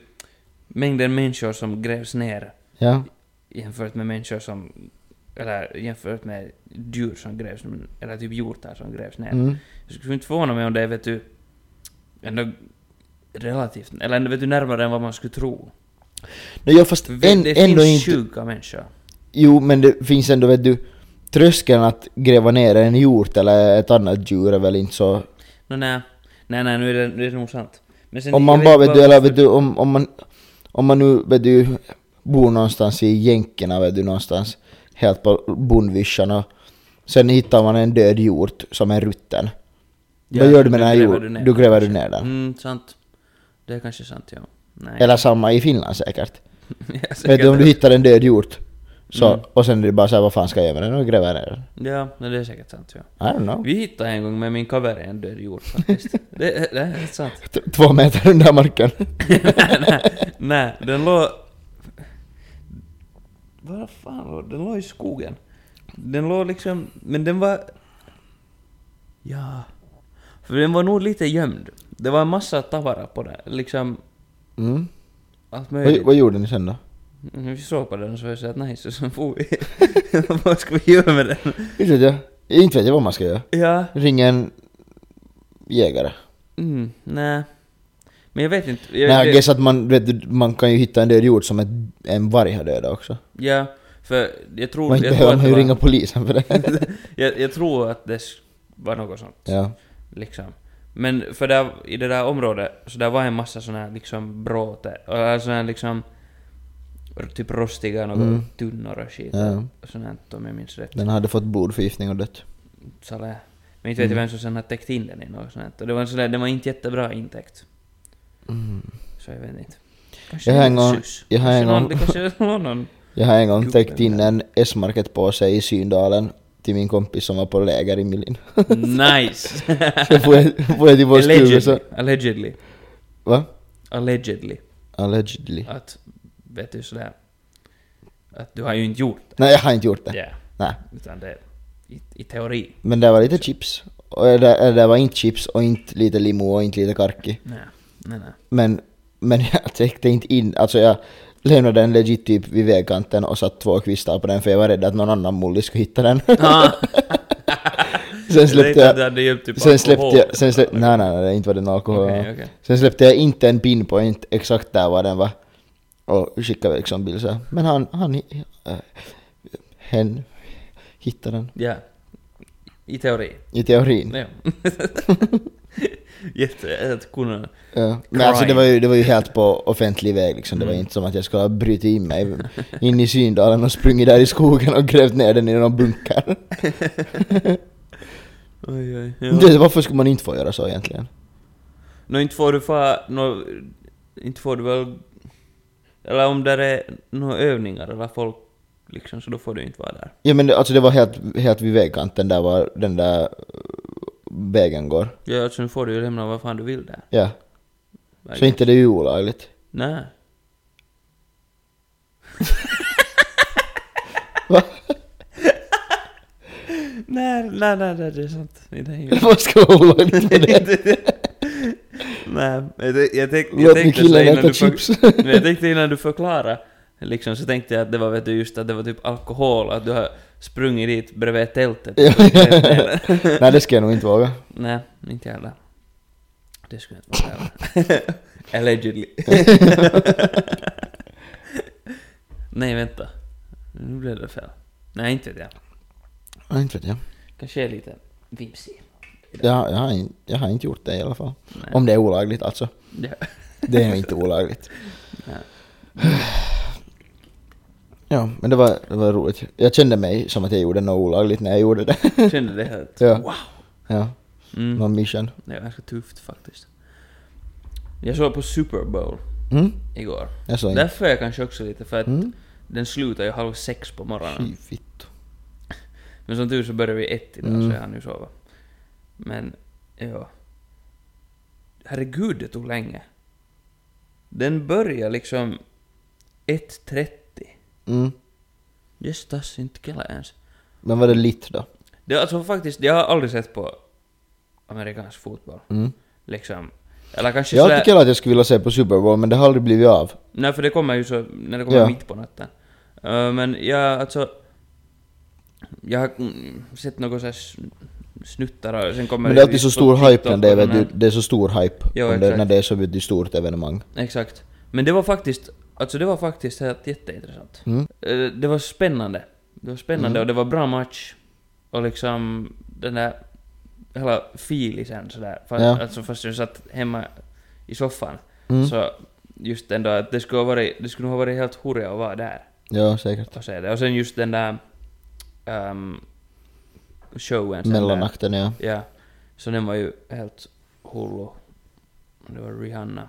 Speaker 2: mängden människor som grävs ner
Speaker 3: Ja.
Speaker 2: jämfört med människor som... Eller jämfört med djur som grävs, eller typ hjortar som grävs ner.
Speaker 3: Mm.
Speaker 2: Jag skulle inte förvåna mig om det är, vet du, ändå relativt, eller ändå, vet du, närmare än vad man skulle tro.
Speaker 3: Nej, jag fast
Speaker 2: För vi-
Speaker 3: en,
Speaker 2: det
Speaker 3: ändå
Speaker 2: finns
Speaker 3: inte...
Speaker 2: sjuka människor.
Speaker 3: Jo, men det finns ändå, vet du, tröskeln att gräva ner en hjort eller ett annat djur är väl inte så...
Speaker 2: Nå, nej, nej, nej, nu är det, nu är det nog sant. Men sen-
Speaker 3: Om
Speaker 2: jag
Speaker 3: man
Speaker 2: vet
Speaker 3: bara,
Speaker 2: inte
Speaker 3: vet
Speaker 2: vad-
Speaker 3: du, eller vet du, om, om man... Om man nu, vet du, bor någonstans i jänkerna, vet du, någonstans helt på bondvischan och sen hittar man en död hjort som är rutten.
Speaker 2: Ja,
Speaker 3: Vad gör du med
Speaker 2: då
Speaker 3: den här
Speaker 2: gräver
Speaker 3: hjorten?
Speaker 2: ner
Speaker 3: Du
Speaker 2: den
Speaker 3: gräver du
Speaker 2: kanske.
Speaker 3: ner den.
Speaker 2: Mm, sant. Det är kanske sant, ja. Nej.
Speaker 3: Eller samma i Finland säkert.
Speaker 2: <laughs> Jag
Speaker 3: Vet du, om du
Speaker 2: säkert-
Speaker 3: hittar en död hjort så,
Speaker 2: Mm.
Speaker 3: och sen är det bara såhär, vad fan ska jag göra med den? Och gräver ner den.
Speaker 2: Ja, nej, det är säkert sant, ja.
Speaker 3: I don't know.
Speaker 2: Vi hittade en gång med min cover en död jord
Speaker 3: <laughs>
Speaker 2: faktiskt. det, det är helt sant.
Speaker 3: T- Två meter
Speaker 2: <laughs>
Speaker 3: under marken.
Speaker 2: nej, nej, den låg... Vad fan låg den? låg i skogen. Den låg liksom... Men den var... Ja... För den var nog lite gömd. Det var en massa tavara på den, liksom...
Speaker 3: Mm.
Speaker 2: Allt
Speaker 3: Vad,
Speaker 2: möjligt.
Speaker 3: vad gjorde ni sen då?
Speaker 2: Mm, Vi såg på den så jag sa att nice, och sen for vi. Vad ska vi <laughs> göra med den?
Speaker 3: Inte vet jag. Inte vet jag vad man ska göra.
Speaker 2: Ja,
Speaker 3: Ringa en jägare.
Speaker 2: mm, nej. Men jag vet inte. Jag,
Speaker 3: Nej, jag
Speaker 2: det-
Speaker 3: guess att man, vet, du, man kan ju hitta en död jord som ett, en varg har dödat också.
Speaker 2: Ja, för jag tror...
Speaker 3: Man
Speaker 2: Jag tror,
Speaker 3: behöver
Speaker 2: att
Speaker 3: man
Speaker 2: det
Speaker 3: ju ringa
Speaker 2: var,
Speaker 3: polisen för det. <laughs>
Speaker 2: <laughs> jag, jag tror att det s- var något sånt.
Speaker 3: ja.
Speaker 2: Liksom. Men för där, i det där området så där var en massa såna här liksom bråte, eller såna här liksom r- typ rostiga några
Speaker 3: Mm.
Speaker 2: tunnor och skit.
Speaker 3: Ja.
Speaker 2: Och sånt här, om jag minns rätt.
Speaker 3: Den hade fått blodförgiftning och dött.
Speaker 2: Så det, men inte vet
Speaker 3: Mm.
Speaker 2: jag vem som sen har täckt in den i något sånt här. Och det var en sån där, den var inte jättebra intäkt. Så jag vet inte. Kanske
Speaker 3: Jag har en
Speaker 2: någon
Speaker 3: gång-
Speaker 2: sus.
Speaker 3: jag har
Speaker 2: Kanske
Speaker 3: en gång-
Speaker 2: någon- det Kanske var någon...
Speaker 3: Jag har en gång
Speaker 2: Gubben
Speaker 3: täckt in en S-market-påse i Syndalen till min kompis som var på läger i Milin.
Speaker 2: Nice!
Speaker 3: <laughs> Så får <laughs> jag- får jag till vår stuga
Speaker 2: Allegedly.
Speaker 3: så...
Speaker 2: Allegedly.
Speaker 3: Va?
Speaker 2: Allegedly.
Speaker 3: Allegedly.
Speaker 2: Att, vet du sådär... Att du har ju inte gjort
Speaker 3: Nej, jag har inte gjort det.
Speaker 2: det.
Speaker 3: Nej.
Speaker 2: Utan det... I, i teori.
Speaker 3: Men det var lite chips. Och det, eller det var inte chips och inte lite limo och inte lite karki.
Speaker 2: Nej, nej, nej.
Speaker 3: Men, men <laughs> jag täckte inte in, alltså jag lämnade den legit typ vid vägkanten och satt två kvistar på den för jag var rädd att någon annan mullis skulle
Speaker 2: <laughs>
Speaker 3: hitta den.
Speaker 2: Ah,
Speaker 3: <laughs> sen
Speaker 2: jag
Speaker 3: släppte
Speaker 2: tänkte att du
Speaker 3: jag...
Speaker 2: hade gömt typ
Speaker 3: Sen släppte
Speaker 2: alkohol.
Speaker 3: jag... Sen släppte, nej, nej, nej, inte var den alkohol.
Speaker 2: Okej, okej.
Speaker 3: Sen släppte jag inte en pinpoint exakt där var den var. Och skickade liksom bild så här. Men han, han, äh, hen hittade den.
Speaker 2: Ja. I teori.
Speaker 3: I teorin. <laughs>
Speaker 2: Ja. <laughs> Jätte... Att kunna...
Speaker 3: Ja. Men
Speaker 2: Crime.
Speaker 3: alltså det var, ju, det var ju helt på offentlig väg liksom.
Speaker 2: Mm.
Speaker 3: Det var ju inte som att jag skulle ha brutit in mig in i Syndalen och sprungit där i skogen och grävt ner den i någon bunker.
Speaker 2: Oj, oj, ja.
Speaker 3: Det, varför skulle man inte få göra så egentligen?
Speaker 2: Nå inte får du fa... Nå, inte får du väl... Eller om där är några övningar eller folk liksom, så då får du inte vara där.
Speaker 3: Ja men det, alltså det var helt, helt vid vägkanten där var den där eh, vägen går.
Speaker 2: Ja, alltså nu får du ju lämna vad fan du vill där.
Speaker 3: Ja. Så inte det är ju olagligt.
Speaker 2: Nej.
Speaker 3: Va?
Speaker 2: <laughs> Nej, nej, nej, nej, det är sant. Det är ju...
Speaker 3: Vad ska vara
Speaker 2: <laughs>
Speaker 3: olagligt med det?
Speaker 2: Nej, jag, tänkte- jag, tänkte- jag
Speaker 3: Låt mig
Speaker 2: tänkte så
Speaker 3: killen
Speaker 2: innan
Speaker 3: äta
Speaker 2: du för, <laughs>
Speaker 3: chips.
Speaker 2: Men jag tänkte innan du förklarade, liksom, så tänkte jag att det var vet du, just att det var typ alkohol, att du har sprungit dit bredvid tältet.
Speaker 3: Ja. <laughs> Nej det ska jag nog inte våga.
Speaker 2: Nej, inte jag heller. Det skulle jag inte vara
Speaker 3: <laughs>
Speaker 2: heller. Allegedly. Nej, vänta. Nu blev det fel. Nej, inte vet jag.
Speaker 3: Ja, inte vet jag.
Speaker 2: Kanske jag är lite vimsig.
Speaker 3: Jag, har- jag, har, in- jag har inte gjort det i alla fall.
Speaker 2: Nej.
Speaker 3: Om det är olagligt alltså.
Speaker 2: Ja.
Speaker 3: <laughs> Det är nog inte olagligt.
Speaker 2: Nej.
Speaker 3: Ja, men det var, det var roligt. Jag kände mig som att jag gjorde något olagligt när jag gjorde det.
Speaker 2: Kände det helt...
Speaker 3: Ja. Ja,
Speaker 2: Mm.
Speaker 3: någon mission.
Speaker 2: Det var ganska tufft faktiskt. Jag såg på Super Bowl
Speaker 3: Mm?
Speaker 2: igår.
Speaker 3: Jag såg inte.
Speaker 2: Därför är jag kanske också lite för att
Speaker 3: Mm?
Speaker 2: den slutar ju halv sex på morgonen.
Speaker 3: Fy fitto.
Speaker 2: Men som tur så börjar vi ett idag
Speaker 3: Mm.
Speaker 2: så jag hann ju sova. Men, ja. Herregud, det tog länge. Den börjar liksom 1.30.
Speaker 3: Mm.
Speaker 2: Just das, inte killa ens.
Speaker 3: Men var det lit då?
Speaker 2: Det är alltså faktiskt, jag har aldrig sett på amerikansk fotboll.
Speaker 3: Mm.
Speaker 2: Liksom. Eller kanske
Speaker 3: Jag har alltid
Speaker 2: sådär...
Speaker 3: kallat att jag skulle vilja se på Super Bowl, men det har aldrig blivit av.
Speaker 2: Nej, för det kommer ju så när det kommer
Speaker 3: Ja.
Speaker 2: mitt på natten. Eh, men jag, alltså... Jag har mm, sett något så här sn- snuttar och sen kommer
Speaker 3: Men det är alltid så
Speaker 2: på
Speaker 3: stor
Speaker 2: TikTok
Speaker 3: hype när det är,
Speaker 2: och
Speaker 3: vet
Speaker 2: sån här-
Speaker 3: du, det är så stor hype
Speaker 2: Jo,
Speaker 3: om det,
Speaker 2: exakt.
Speaker 3: när det är så vet du, stort evenemang.
Speaker 2: Exakt. Men det var faktiskt, alltså det var faktiskt helt jätteintressant.
Speaker 3: Mm.
Speaker 2: Eh, Det var spännande. Det var spännande
Speaker 3: Mm.
Speaker 2: och det var bra match. Och liksom den där hela filisen sådär. Fast,
Speaker 3: Ja.
Speaker 2: alltså, fast jag satt hemma i soffan.
Speaker 3: Mm.
Speaker 2: Så just den där, att det skulle ha varit, det skulle nog ha varit helt hurra att vara där
Speaker 3: Ja, säkert.
Speaker 2: och se det. Och sen just den där ehm, showen. sen där.
Speaker 3: Mellanakten, ja.
Speaker 2: Ja. Så den var ju helt hullu. Det var Rihanna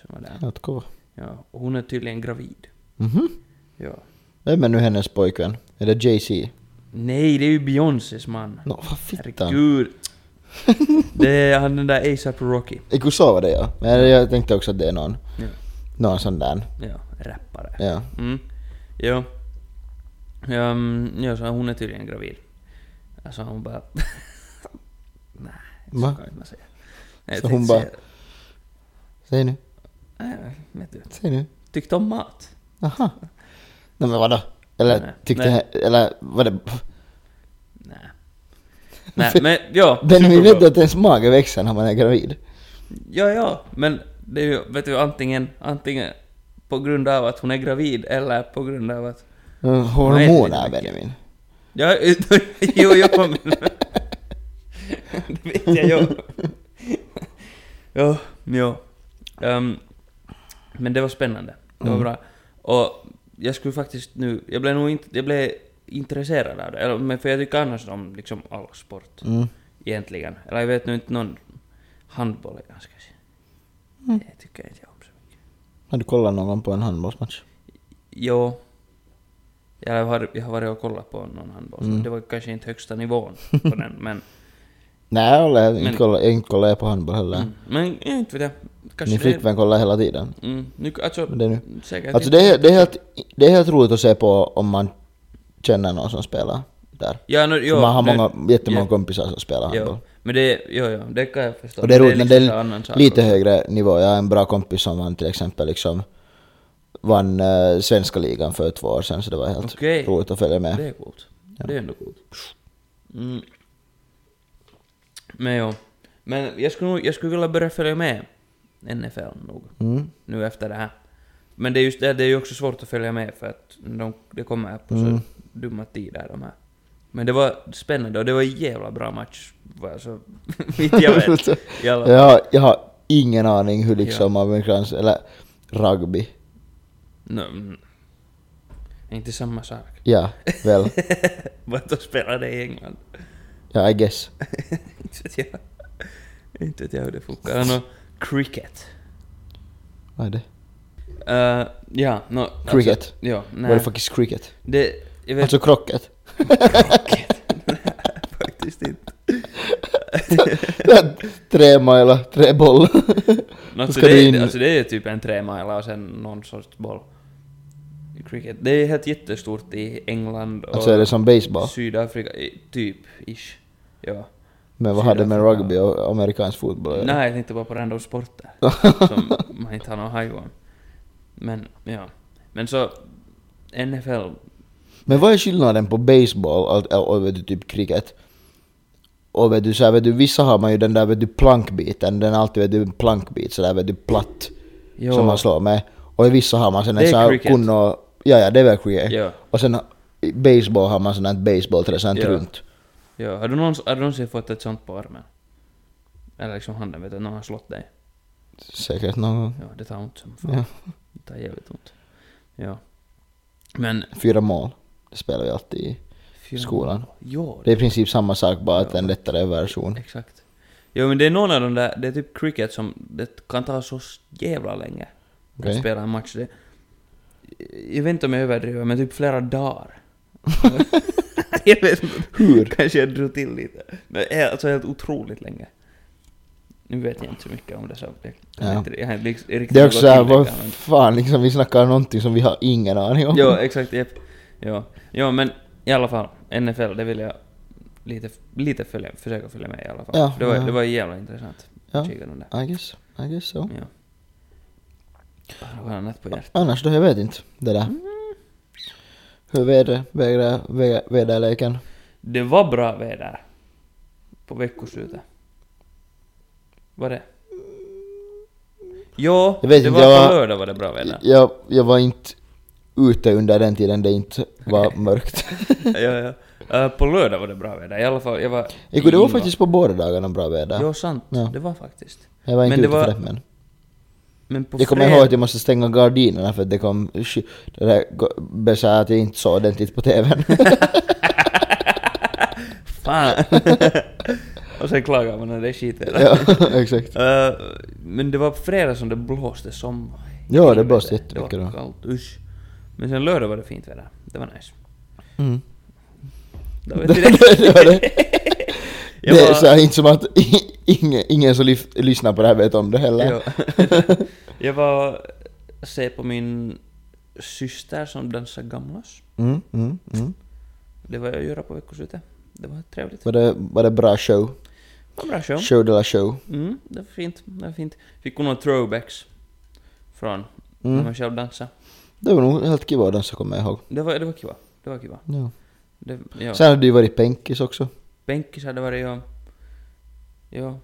Speaker 2: som var där.
Speaker 3: Helt kova.
Speaker 2: Ja, och hon är tydligen gravid.
Speaker 3: Mhm.
Speaker 2: Ja.
Speaker 3: Vem är nu hennes pojkvän? Är det Jay-Z?
Speaker 2: Nej, det är ju Beyoncés man.
Speaker 3: Nå, vad fittan.
Speaker 2: Herregud. det är han den där ASAP Rocky.
Speaker 3: Ikusa var det ja. Men jag tänkte också att det är någon,
Speaker 2: Ja,
Speaker 3: någon sån där.
Speaker 2: ja rappare.
Speaker 3: Ja.
Speaker 2: Mm. Ja. Ja, mm, ja, så hon är tydligen gravid. Alltså hon bara... <laughs> Nej, så
Speaker 3: Va?
Speaker 2: kan inte man säga. Nej, jag
Speaker 3: Så
Speaker 2: tänkte
Speaker 3: hon bara-
Speaker 2: säga-
Speaker 3: Säg nu,
Speaker 2: Nej, vet du.
Speaker 3: säg nu.
Speaker 2: Tyckte om mat.
Speaker 3: Aha. Nej men vadå? Eller
Speaker 2: Nej.
Speaker 3: tyckte
Speaker 2: Nej.
Speaker 3: he- eller var det...
Speaker 2: Nej.
Speaker 3: <laughs>
Speaker 2: Nej, men ja.
Speaker 3: Benjamin
Speaker 2: superbra.
Speaker 3: vet du att ens mage växer när man är gravid?
Speaker 2: Ja, ja, men det är ju, vet du, antingen, antingen på grund av att hon är gravid eller på grund av att...
Speaker 3: Mm, Hormoner Benjamin.
Speaker 2: Ja, <laughs> jo, jo, men... det vet jag ju. jo, jo. Ehm, men det var spännande. Det var
Speaker 3: Mm.
Speaker 2: bra. Och jag skulle faktiskt nu... Jag blev nog inte... Jag blev intresserad av det. Eller, men för jag tycker annars om liksom all sport.
Speaker 3: Mm.
Speaker 2: Egentligen. Eller jag vet nu inte någon... Handboll är ganska... Det tycker jag inte om så mycket.
Speaker 3: Har du kollat någon gång på en handbollsmatch?
Speaker 2: Jo. Jag har, jag har varit och kollat på någon handboll,
Speaker 3: Mm.
Speaker 2: mm. det var kanske inte högsta nivån på den, men...
Speaker 3: Nej, jag har inte
Speaker 2: Men-
Speaker 3: kollat- jag har inte kollat på handboll heller.
Speaker 2: Mm, men jag inte vet jag. Kanske
Speaker 3: Ni fick
Speaker 2: det...
Speaker 3: väl kolla hela tiden?
Speaker 2: Mm, nu, alltså,
Speaker 3: Men det är nu.
Speaker 2: säkert
Speaker 3: Alltså
Speaker 2: inte.
Speaker 3: det är, det, är helt, det är helt roligt att se på om man känner någon som spelar där.
Speaker 2: Ja, nu,
Speaker 3: För
Speaker 2: jo,
Speaker 3: man har
Speaker 2: nu-
Speaker 3: många, jättemånga
Speaker 2: ja,
Speaker 3: kompisar som spelar handboll.
Speaker 2: Jo, men det, jo, jo, det kan jag förstå.
Speaker 3: Och det är roligt, men det
Speaker 2: liksom en
Speaker 3: är
Speaker 2: annan sak
Speaker 3: lite
Speaker 2: också.
Speaker 3: högre nivå. Jag har en bra kompis som vann till exempel liksom vann eh, svenska ligan för två år sedan så det var helt
Speaker 2: Okej.
Speaker 3: roligt att följa med.
Speaker 2: Det är coolt. Det är ändå coolt. Mm. Men jo. Men jag skulle, nog- jag skulle vilja börja följa med NFL nog.
Speaker 3: Mm.
Speaker 2: nu efter det här. Men det är just det, det är ju också svårt att följa med för att de, det kommer på så
Speaker 3: Mm.
Speaker 2: dumma tider de här. Men det var spännande och det var en jävla bra match. Vad jag <laughs> så vitt jag
Speaker 3: <laughs>
Speaker 2: vet. I alla
Speaker 3: Jag, har- jag har ingen aning hur liksom
Speaker 2: Ja.
Speaker 3: amerikansk, eller rugby,
Speaker 2: No, mm. inte samma sak.
Speaker 3: ja
Speaker 2: <laughs>
Speaker 3: väl,
Speaker 2: Vart de spelade i England. <laughs>
Speaker 3: ja I guess.
Speaker 2: inte vet jag. Inte vet jag hur det funkar. Nå, cricket.
Speaker 3: Vad är det?
Speaker 2: Eh, ja, no,
Speaker 3: Cricket?
Speaker 2: Alltså, ja,
Speaker 3: Vad är
Speaker 2: nej.
Speaker 3: det faktiskt cricket?
Speaker 2: Det, jag vet <laughs>
Speaker 3: Alltså krocket?
Speaker 2: faktiskt inte.
Speaker 3: <laughs> tre mile, tre boll.
Speaker 2: No, alltså,
Speaker 3: ska du
Speaker 2: det,
Speaker 3: in-
Speaker 2: in... alltså det är typ en tremila och sen någon sorts boll. I Cricket. Det är helt jättestort i England och
Speaker 3: Alltså är det som baseball?
Speaker 2: Sydafrika, i- typ, ish. Ja.
Speaker 3: Men vad har det med
Speaker 2: Sydafrika.
Speaker 3: rugby och amerikansk fotboll att göra?
Speaker 2: Nej, jag tänkte bara på random
Speaker 3: <laughs>
Speaker 2: sporter. som man inte har någon haj om. Men, ja. Men så, NFL.
Speaker 3: Men vad är skillnaden på baseball och, och, och vet du, typ cricket? Och vet du, så här, vet du, vissa har man ju den där vet du, plankbiten, den är alltid vet du, en plankbit sådär vet du, platt
Speaker 2: Jo.
Speaker 3: som man slår med. Och i vissa har man sen
Speaker 2: Det
Speaker 3: en
Speaker 2: är
Speaker 3: sån här
Speaker 2: cricket.
Speaker 3: kunno... Ja, ja, det är väl cricket.
Speaker 2: Ja.
Speaker 3: Och sen i baseball har man sån här baseballträ, sånt
Speaker 2: Ja.
Speaker 3: runt.
Speaker 2: Ja, har du någonsin, har du någonsin fått ett sånt på armen? Eller liksom handen, vet du, någon har slått dig?
Speaker 3: Säkert någon gång.
Speaker 2: Ja, det tar ont som fan.
Speaker 3: Ja.
Speaker 2: Det tar jävligt ont. Ja. Men...
Speaker 3: Fyra mål. Det spelar vi alltid i
Speaker 2: Fyra-
Speaker 3: skolan.
Speaker 2: Ja,
Speaker 3: Det är i princip samma sak, bara att
Speaker 2: Ja.
Speaker 3: en lättare version.
Speaker 2: Exakt. Jo men det är någon av de där, det är typ cricket som, det kan ta så jävla länge att
Speaker 3: Okej.
Speaker 2: spela en match. Det, jag vet inte om jag överdriver, men typ flera
Speaker 3: <laughs>
Speaker 2: dagar. jag vet inte,
Speaker 3: Hur?
Speaker 2: kanske jag drog till lite. Men eh, alltså helt otroligt länge. Nu vet jag inte så mycket om det så jag, kan
Speaker 3: Ja.
Speaker 2: inte, jag har inte liksom riktigt
Speaker 3: Det är också
Speaker 2: något
Speaker 3: såhär,
Speaker 2: att
Speaker 3: vad
Speaker 2: tillägga, men-
Speaker 3: fan liksom, vi snackar om någonting som vi har ingen aning om.
Speaker 2: Jo, exakt, japp. Jo. jo, men i alla fall, NFL, det vill jag lite, lite följa, försöka följa med i alla fall.
Speaker 3: Ja,
Speaker 2: det, var,
Speaker 3: ja.
Speaker 2: det var jävla intressant.
Speaker 3: Ja.
Speaker 2: Kika de där.
Speaker 3: I guess, I guess so.
Speaker 2: Ja. Har du annat på hjärtat?
Speaker 3: Annars då, jag vet inte. Det där. Hur är vädret, vädret, vä- väderleken?
Speaker 2: Det var bra väder på veckoslutet. Var det? Jo,
Speaker 3: Jag vet
Speaker 2: det var
Speaker 3: inte, jag
Speaker 2: på
Speaker 3: var-
Speaker 2: lördag var det bra väder.
Speaker 3: Jag, jag var inte ute under den tiden det inte var mörkt.
Speaker 2: ja, ja. Eh, på lördag var det bra väder. I alla fall, jag var...
Speaker 3: Eko, det var
Speaker 2: i Ingvar.
Speaker 3: faktiskt på båda dagarna bra väder.
Speaker 2: Jo, sant.
Speaker 3: Ja.
Speaker 2: Det var faktiskt.
Speaker 3: Jag var inte
Speaker 2: men det
Speaker 3: ute för
Speaker 2: var-
Speaker 3: det men.
Speaker 2: Men på
Speaker 3: Jag kommer
Speaker 2: fred-
Speaker 3: ihåg att jag måste stänga gardinerna för att det kom sk- det där go- besär att jag inte såg ordentligt på TVn. <laughs>
Speaker 2: Fan! <laughs> Och sen klagar man när det är skit väder.
Speaker 3: ja,
Speaker 2: <laughs>
Speaker 3: exakt.
Speaker 2: Eh, men det var på fredag som det blåste som...
Speaker 3: Ja, det blåste
Speaker 2: Helvete, Det var
Speaker 3: jättemycket då.
Speaker 2: kallt, usch. Men sen lördag var det fint väder. Det var nice.
Speaker 3: Mm.
Speaker 2: Då
Speaker 3: Det, <laughs>
Speaker 2: vet vi det.
Speaker 3: det var det.
Speaker 2: <laughs> Jag
Speaker 3: Det är
Speaker 2: var-
Speaker 3: så här, inte som att ingen, ingen som lyf- lyssnar på det här vet om det heller.
Speaker 2: Jo. <laughs> jag var se på min syster som dansar gamlas.
Speaker 3: Mm, mm, mm.
Speaker 2: Det var jag göra på veckoslutet. Det var trevligt.
Speaker 3: Var, det, var det bra show?
Speaker 2: Det var bra show.
Speaker 3: Show de la show.
Speaker 2: Mm, det var fint. Det var fint. Fick hon några throwbacks från när
Speaker 3: Mm.
Speaker 2: man själv dansade.
Speaker 3: Det var nog helt kiva den som kommer jag ihåg.
Speaker 2: Det var, det var kiva. Det var kiva.
Speaker 3: Ja.
Speaker 2: Det, ja.
Speaker 3: Sen hade du ju varit penkis också.
Speaker 2: Bänkis hade varit jag. Ja.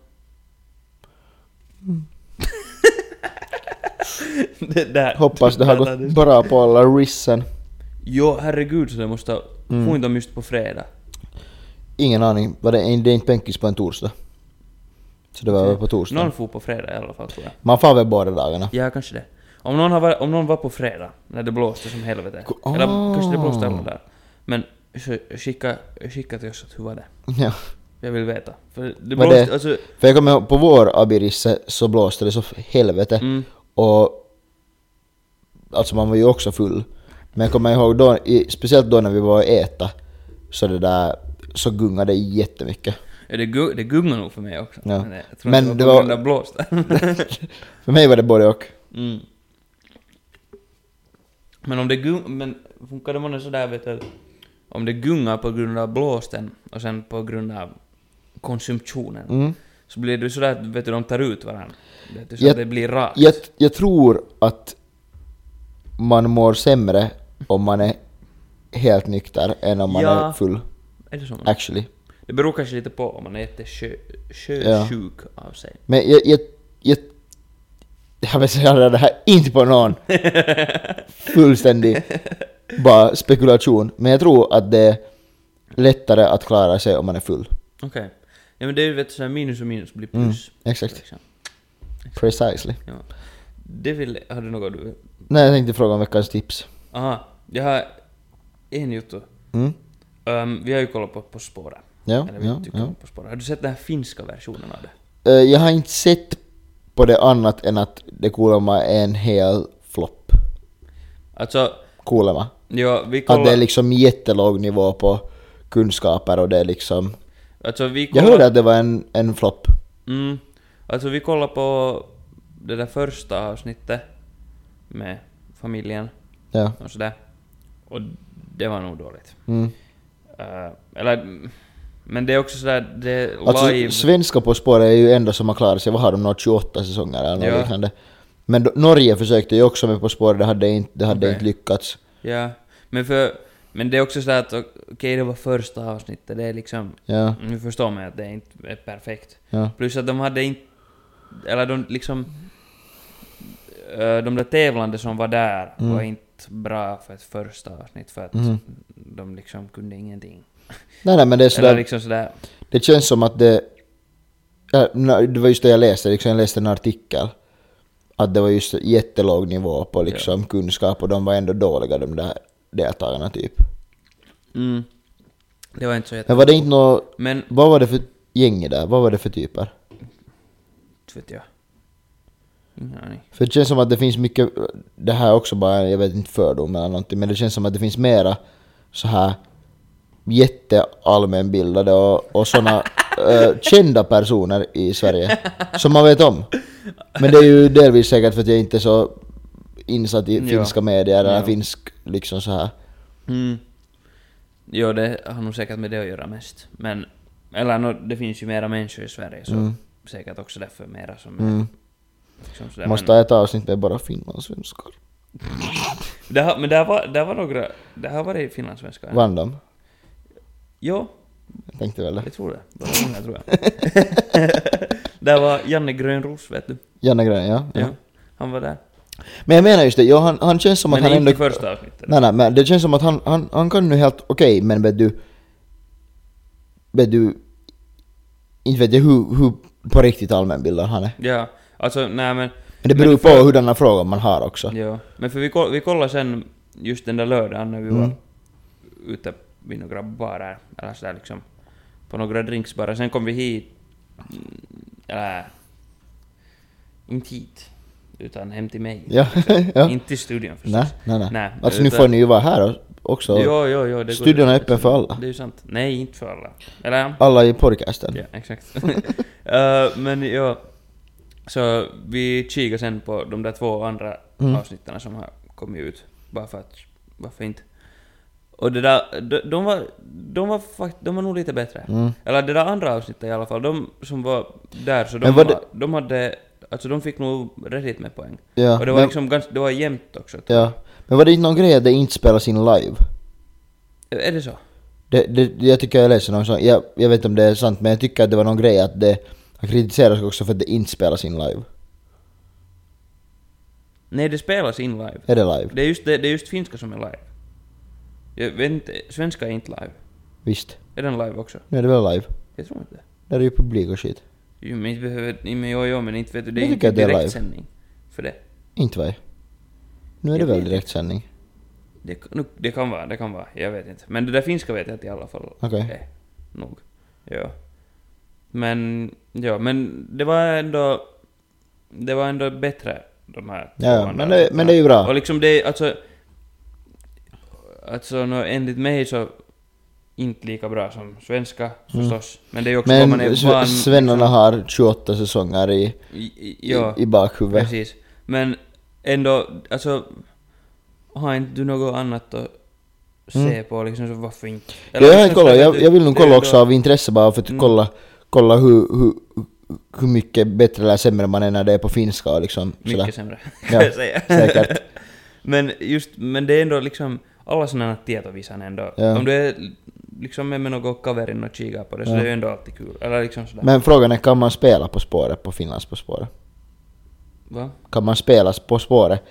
Speaker 3: Mm.
Speaker 2: <laughs> det där.
Speaker 3: Hoppas det har gått bra på alla rissen.
Speaker 2: Jo, herregud så det måste ha...
Speaker 3: Mm.
Speaker 2: Får inte de just på fredag?
Speaker 3: Ingen aning. Var det, en- det är inte penkis på en torsdag. Så det var väl på torsdag.
Speaker 2: Någon får på fredag i alla fall tror jag.
Speaker 3: Man får väl båda dagarna.
Speaker 2: Ja, kanske det. Om någon, har varit, om någon var på fredag, när det blåste som helvete.
Speaker 3: Ko-
Speaker 2: Eller kanske det blåste
Speaker 3: Ah.
Speaker 2: alla där. Men så skicka, skicka till oss att hur var det?
Speaker 3: Ja.
Speaker 2: Jag vill veta. För det
Speaker 3: Vad
Speaker 2: blåste,
Speaker 3: det-
Speaker 2: alltså...
Speaker 3: För jag kommer ihåg, på vår abirisse så blåste det så f- helvete.
Speaker 2: Mm,
Speaker 3: Och... Alltså man var ju också full. Men jag kommer ihåg då, i, speciellt då när vi var och äta, så det där, så gungade det jättemycket.
Speaker 2: ja, det, gu, det gungar nog för mig också.
Speaker 3: Ja.
Speaker 2: Men jag tror
Speaker 3: Men
Speaker 2: inte
Speaker 3: det
Speaker 2: det var
Speaker 3: var-
Speaker 2: på grund av blåsten.
Speaker 3: <laughs> För mig var det både och.
Speaker 2: Mm. <laughs> Men om det gung, men funkar det månne sådär vet du, att om det gungar på grund av blåsten och sen på grund av konsumtionen
Speaker 3: Mm.
Speaker 2: så blir det ju sådär att vet du, de tar ut varandra. Vet du, så
Speaker 3: Jag-
Speaker 2: att det blir rakt.
Speaker 3: Jag, jag tror att man mår sämre om man är helt nykter än om man
Speaker 2: Ja.
Speaker 3: är full.
Speaker 2: Är det så? man-
Speaker 3: Actually.
Speaker 2: Det beror kanske lite på om man är
Speaker 3: Ja.
Speaker 2: jättesjösjuk av sig.
Speaker 3: Men jag... jag, jag jag vill säga det här inte
Speaker 2: <laughs>
Speaker 3: på någon fullständig bara spekulation. Men jag tror att det är lättare att klara sig om man är full.
Speaker 2: Okej. Ja men det är ju vet du, sådär minus och minus blir plus.
Speaker 3: Mm. Exakt.
Speaker 2: Liksom.
Speaker 3: Precisely.
Speaker 2: Ja. Det vill, har du något du...
Speaker 3: Nej, jag tänkte fråga om veckans tips.
Speaker 2: Aha, jag har en jotto.
Speaker 3: Mm.
Speaker 2: Ehm, vi har ju kollat på På spåret.
Speaker 3: Ja,
Speaker 2: Eller vi
Speaker 3: ja,
Speaker 2: tycker
Speaker 3: ja.
Speaker 2: om På spåret. Har du sett den här finska versionen av det?
Speaker 3: Eh, Jag har inte sett på det annat än att det kuulemma är en hel flopp.
Speaker 2: Alltså,
Speaker 3: Kuulemma.
Speaker 2: ja, vi
Speaker 3: Att det är
Speaker 2: kollade...
Speaker 3: liksom jättelåg nivå på kunskaper och det är liksom...
Speaker 2: Alltså, vi
Speaker 3: Jag
Speaker 2: kollade...
Speaker 3: hörde att det var en, en flopp.
Speaker 2: Mm, alltså, vi kollade på det där första avsnittet med familjen
Speaker 3: Ja.
Speaker 2: och sådär. Och det var nog dåligt.
Speaker 3: Mm.
Speaker 2: Eh, eller... mm, Men det är också sådär, det är live...
Speaker 3: Alltså svenska På spåret är ju enda som har klarat sig, vad har de, något 28 säsonger eller något
Speaker 2: Ja.
Speaker 3: liknande. Men då, Norge försökte ju också med På spåret, det hade inte, det hade
Speaker 2: Okej.
Speaker 3: inte lyckats.
Speaker 2: Ja, men för... Men det är också sådär att okej, det var första avsnittet, det är liksom...
Speaker 3: Ja,
Speaker 2: Nu förstår man att det inte är perfekt.
Speaker 3: ja.
Speaker 2: Plus att de hade inte... Eller de liksom... eh, De där tävlande som var där
Speaker 3: Mm.
Speaker 2: var inte bra för ett första avsnitt för att
Speaker 3: Mhm.
Speaker 2: de liksom kunde ingenting.
Speaker 3: Nej, nej men det är
Speaker 2: Eller
Speaker 3: sådär,
Speaker 2: liksom sådär...
Speaker 3: det känns som att det... Ja, na- det var just det jag läste, liksom, jag läste en artikel. Att det var just jättelåg nivå på liksom, kunskap och de var ändå dåliga de där deltagarna typ.
Speaker 2: Mm, det var inte så jätte...
Speaker 3: Men var det inte nå...
Speaker 2: Men,
Speaker 3: Vad var det för gäng där? Vad var det för typer?
Speaker 2: inte vet jag. Ingen aning.
Speaker 3: För det känns som att det finns mycket, det här är också bara, jag vet inte fördom eller någonting, men det känns som att det finns mera så här jätteallmänbildade och, och sådana
Speaker 2: <laughs>
Speaker 3: eh, kända personer i Sverige som man vet om. Men det är ju delvis säkert för att jag inte är så insatt i
Speaker 2: Ja.
Speaker 3: finska medier eller
Speaker 2: Ja.
Speaker 3: finsk liksom så här.
Speaker 2: Mm. Jo, det har nog säkert med det att göra mest. Men... Eller nå, det finns ju mera människor i Sverige så
Speaker 3: Mm.
Speaker 2: säkert också därför mera som... är
Speaker 3: Mm.
Speaker 2: Liksom sådär,
Speaker 3: Måste
Speaker 2: men-
Speaker 3: ha ett avsnitt med bara finlandssvenskar.
Speaker 2: Det här, men det här var, det här var några... Det här var det finlandssvenskar. ja.
Speaker 3: Vann de?
Speaker 2: Ja,
Speaker 3: Jag tänkte väl det.
Speaker 2: jag tror det. Det var många tror jag. <laughs> det här var Janne Grönros vet du.
Speaker 3: Janne Grön, ja.
Speaker 2: Ja.
Speaker 3: ja.
Speaker 2: Han var där.
Speaker 3: Men jag menar just det, ja, han, han känns som att
Speaker 2: Men
Speaker 3: han
Speaker 2: inte
Speaker 3: ändå...
Speaker 2: i första avsnittet.
Speaker 3: Nej, nej, men det känns som att han, han, han kan nu helt okej, men vet du... Vet du... Inte vet jag hur, hur på riktigt allmänbildad han är.
Speaker 2: Ja, alltså nej men...
Speaker 3: Men det beror på hurdana frågor man har också.
Speaker 2: Ja. Men för vi, koll, vi kollade sen just den där lördagen när vi var
Speaker 3: Mm.
Speaker 2: ute vid några barer, eller sådär liksom, på några drinks bara. Sen kom vi hit, mm, eller inte hit, utan hem till mig.
Speaker 3: Ja, <laughs> ja.
Speaker 2: Inte till studion förstås.
Speaker 3: Nej, nej, nej.
Speaker 2: Nej,
Speaker 3: alltså nu
Speaker 2: utan-
Speaker 3: får ni ju vara här och- också.
Speaker 2: Jo, jo, jo, det går
Speaker 3: Studion är
Speaker 2: ju-
Speaker 3: öppen för alla.
Speaker 2: Det är ju sant. Nej, inte för alla. Eller ja.
Speaker 3: Alla i podcasten.
Speaker 2: Ja, exakt. <laughs> Eh, men ja, så vi kikar sen på de där två andra
Speaker 3: Mm.
Speaker 2: avsnitten som har kommit ut. Bara för att, varför inte? Och det där, de, de var, de var fakt, de var nog lite bättre.
Speaker 3: Mm.
Speaker 2: Eller det där andra avsnittet i alla fall, de som var där så de,
Speaker 3: Men var
Speaker 2: var
Speaker 3: det-
Speaker 2: de hade, alltså de fick nog rätt med poäng.
Speaker 3: Ja,
Speaker 2: och det var
Speaker 3: men-
Speaker 2: liksom ganska, det var jämnt också.
Speaker 3: Ja. Men var det inte någon grej att det inte spelas in live?
Speaker 2: Är det så?
Speaker 3: Det, det, jag tycker jag läser någon sån, jag, jag vet inte om det är sant men jag tycker att det var någon grej att det har kritiserats också för att det inte spelas in live.
Speaker 2: Nej, det spelas in live.
Speaker 3: Är det live?
Speaker 2: Det är just, det, det är just finska som är live. Jag vet inte, svenska är inte live.
Speaker 3: Visst.
Speaker 2: Är den live också?
Speaker 3: Nu är det väl live?
Speaker 2: Jag tror inte.
Speaker 3: Där är ju publik och shit.
Speaker 2: Jo men inte behöver... nej, Men jo, jo, men inte vet du. Det är
Speaker 3: Jag
Speaker 2: inte
Speaker 3: tycker att det är live.
Speaker 2: direktsändning. För det.
Speaker 3: Inte vad jag- Nu är det
Speaker 2: Jag
Speaker 3: väl
Speaker 2: vet
Speaker 3: direktsändning?
Speaker 2: Det, kan- nu- det kan vara, det kan vara. Jag vet inte. Men det där finska vet jag att i alla fall
Speaker 3: Okej.
Speaker 2: är nog. Ja. Men, ja, men det var ändå... Det var ändå bättre, de här två
Speaker 3: Ja, ja,
Speaker 2: andra
Speaker 3: men det- men det är ju bra.
Speaker 2: Och liksom det, alltså... Alltså, nå, enligt mig så... Inte lika bra som svenska, förstås. Men det är ju också vad man är
Speaker 3: Mm. Men
Speaker 2: van...
Speaker 3: sve- svennarna har 28 säsonger i,
Speaker 2: i- i-
Speaker 3: i,
Speaker 2: ja.
Speaker 3: i bakhuvudet.
Speaker 2: Precis. Men ändå, alltså... Har inte du något annat att se
Speaker 3: Hmm.
Speaker 2: på liksom, så varför inte? Eller
Speaker 3: Ja, jag har
Speaker 2: liksom så
Speaker 3: inte kollat,
Speaker 2: här,
Speaker 3: jag,
Speaker 2: du- Mm.
Speaker 3: jag vill nog
Speaker 2: det är
Speaker 3: kolla
Speaker 2: ändå-
Speaker 3: också av intresse bara för att kolla, kolla hur, hur, hur mycket bättre eller sämre man är när det är på finska och liksom sådär.
Speaker 2: Mycket
Speaker 3: <laughs>
Speaker 2: sämre,
Speaker 3: Ja,
Speaker 2: <laughs> kan jag säga.
Speaker 3: säkert.
Speaker 2: men just, men det är ändå liksom, alla sådana här tietovisan ändå.
Speaker 3: Ja.
Speaker 2: Om du är liksom med någon kaverin no och kikar på det så det är ju ändå alltid kul. Eller liksom sådär.
Speaker 3: Men frågan är, kan man spela På spåret på Finlands På spåret?
Speaker 2: Va?
Speaker 3: Kan man spela På spåret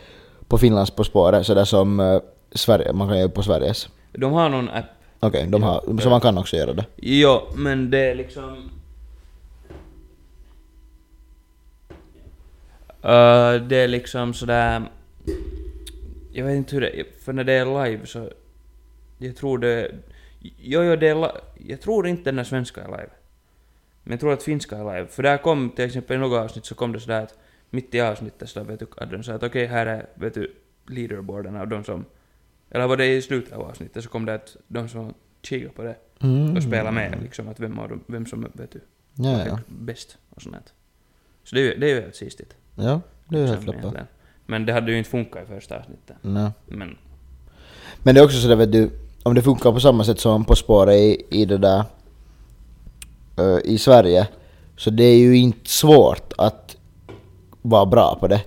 Speaker 3: på Finlands På spåret sådär som eh, Sverige, man kan göra på Sveriges?
Speaker 2: De har någon app.
Speaker 3: Okej, de har, så man kan också göra det.
Speaker 2: Jo, men det är liksom... Eh, det är liksom sådär... Jag vet inte hur det För när det är live så... Jag tror det... Jo, jo, det är li- Jag tror inte den här svenska är live. Men jag tror att finska är live. För där kom till exempel i något avsnitt så kom det sådär att mitt i avsnittet så där vet du, hade de så att okej här är vet du leaderboarden av de som... Eller var det i slutet av avsnittet så kom det att de som kikar på det
Speaker 3: Mm.
Speaker 2: och spela med liksom att vem, av dem, vem som vet du
Speaker 3: Ja,
Speaker 2: är
Speaker 3: ja.
Speaker 2: bäst och sånt här. Så det är ju, det är ju helt sistigt.
Speaker 3: ja det är Mm. ju helt
Speaker 2: liksom,
Speaker 3: klart.
Speaker 2: egentligen. Men det hade ju inte funkat i första avsnittet.
Speaker 3: Nej.
Speaker 2: Men
Speaker 3: Men det är också sådär vet du, om det funkar på samma sätt som På spåret i, i det där eh, i Sverige så det är ju inte svårt att vara bra på det.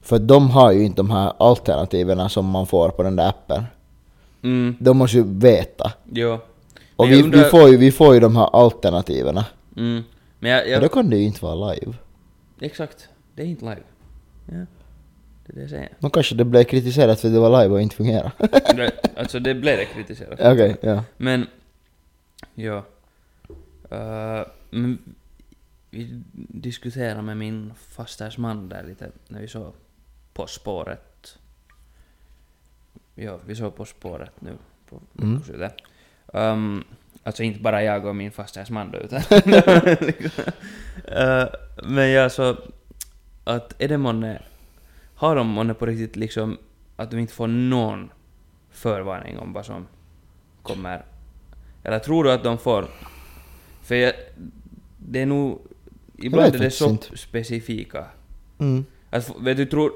Speaker 3: För de har ju inte de här alternativen som man får på den där appen.
Speaker 2: mm,
Speaker 3: De måste ju veta.
Speaker 2: jo. Men
Speaker 3: Och
Speaker 2: jag
Speaker 3: vi, vi,
Speaker 2: undrar-
Speaker 3: får ju, vi får ju de här alternativen.
Speaker 2: Mm, men jag,
Speaker 3: Men
Speaker 2: jag,
Speaker 3: då kan det ju inte vara live.
Speaker 2: Exakt. Det är inte live. Ja. Det är det jag
Speaker 3: <laughs>
Speaker 2: säger.
Speaker 3: Men kanske det blev kritiserat för att det var live och inte fungerade.
Speaker 2: Det- alltså det blev det kritiserat.
Speaker 3: <laughs> Okej, ja.
Speaker 2: Men, ja. Eh, men vi diskuterade med min fasters man där lite när vi såg På spåret. Ja, vi såg På spåret nu på veckoslutet. Ehm, alltså inte bara jag och min fasters man då, utan... liksom. Eh, men jag så att är det månne... Har de månne på riktigt liksom att de inte får någon förvarning om vad som kommer? Eller tror du att de får? För jag, det är nog... Ibland är det
Speaker 3: faktiskt
Speaker 2: så
Speaker 3: inte.
Speaker 2: specifika.
Speaker 3: Mm.
Speaker 2: Alltså, vet du, tror...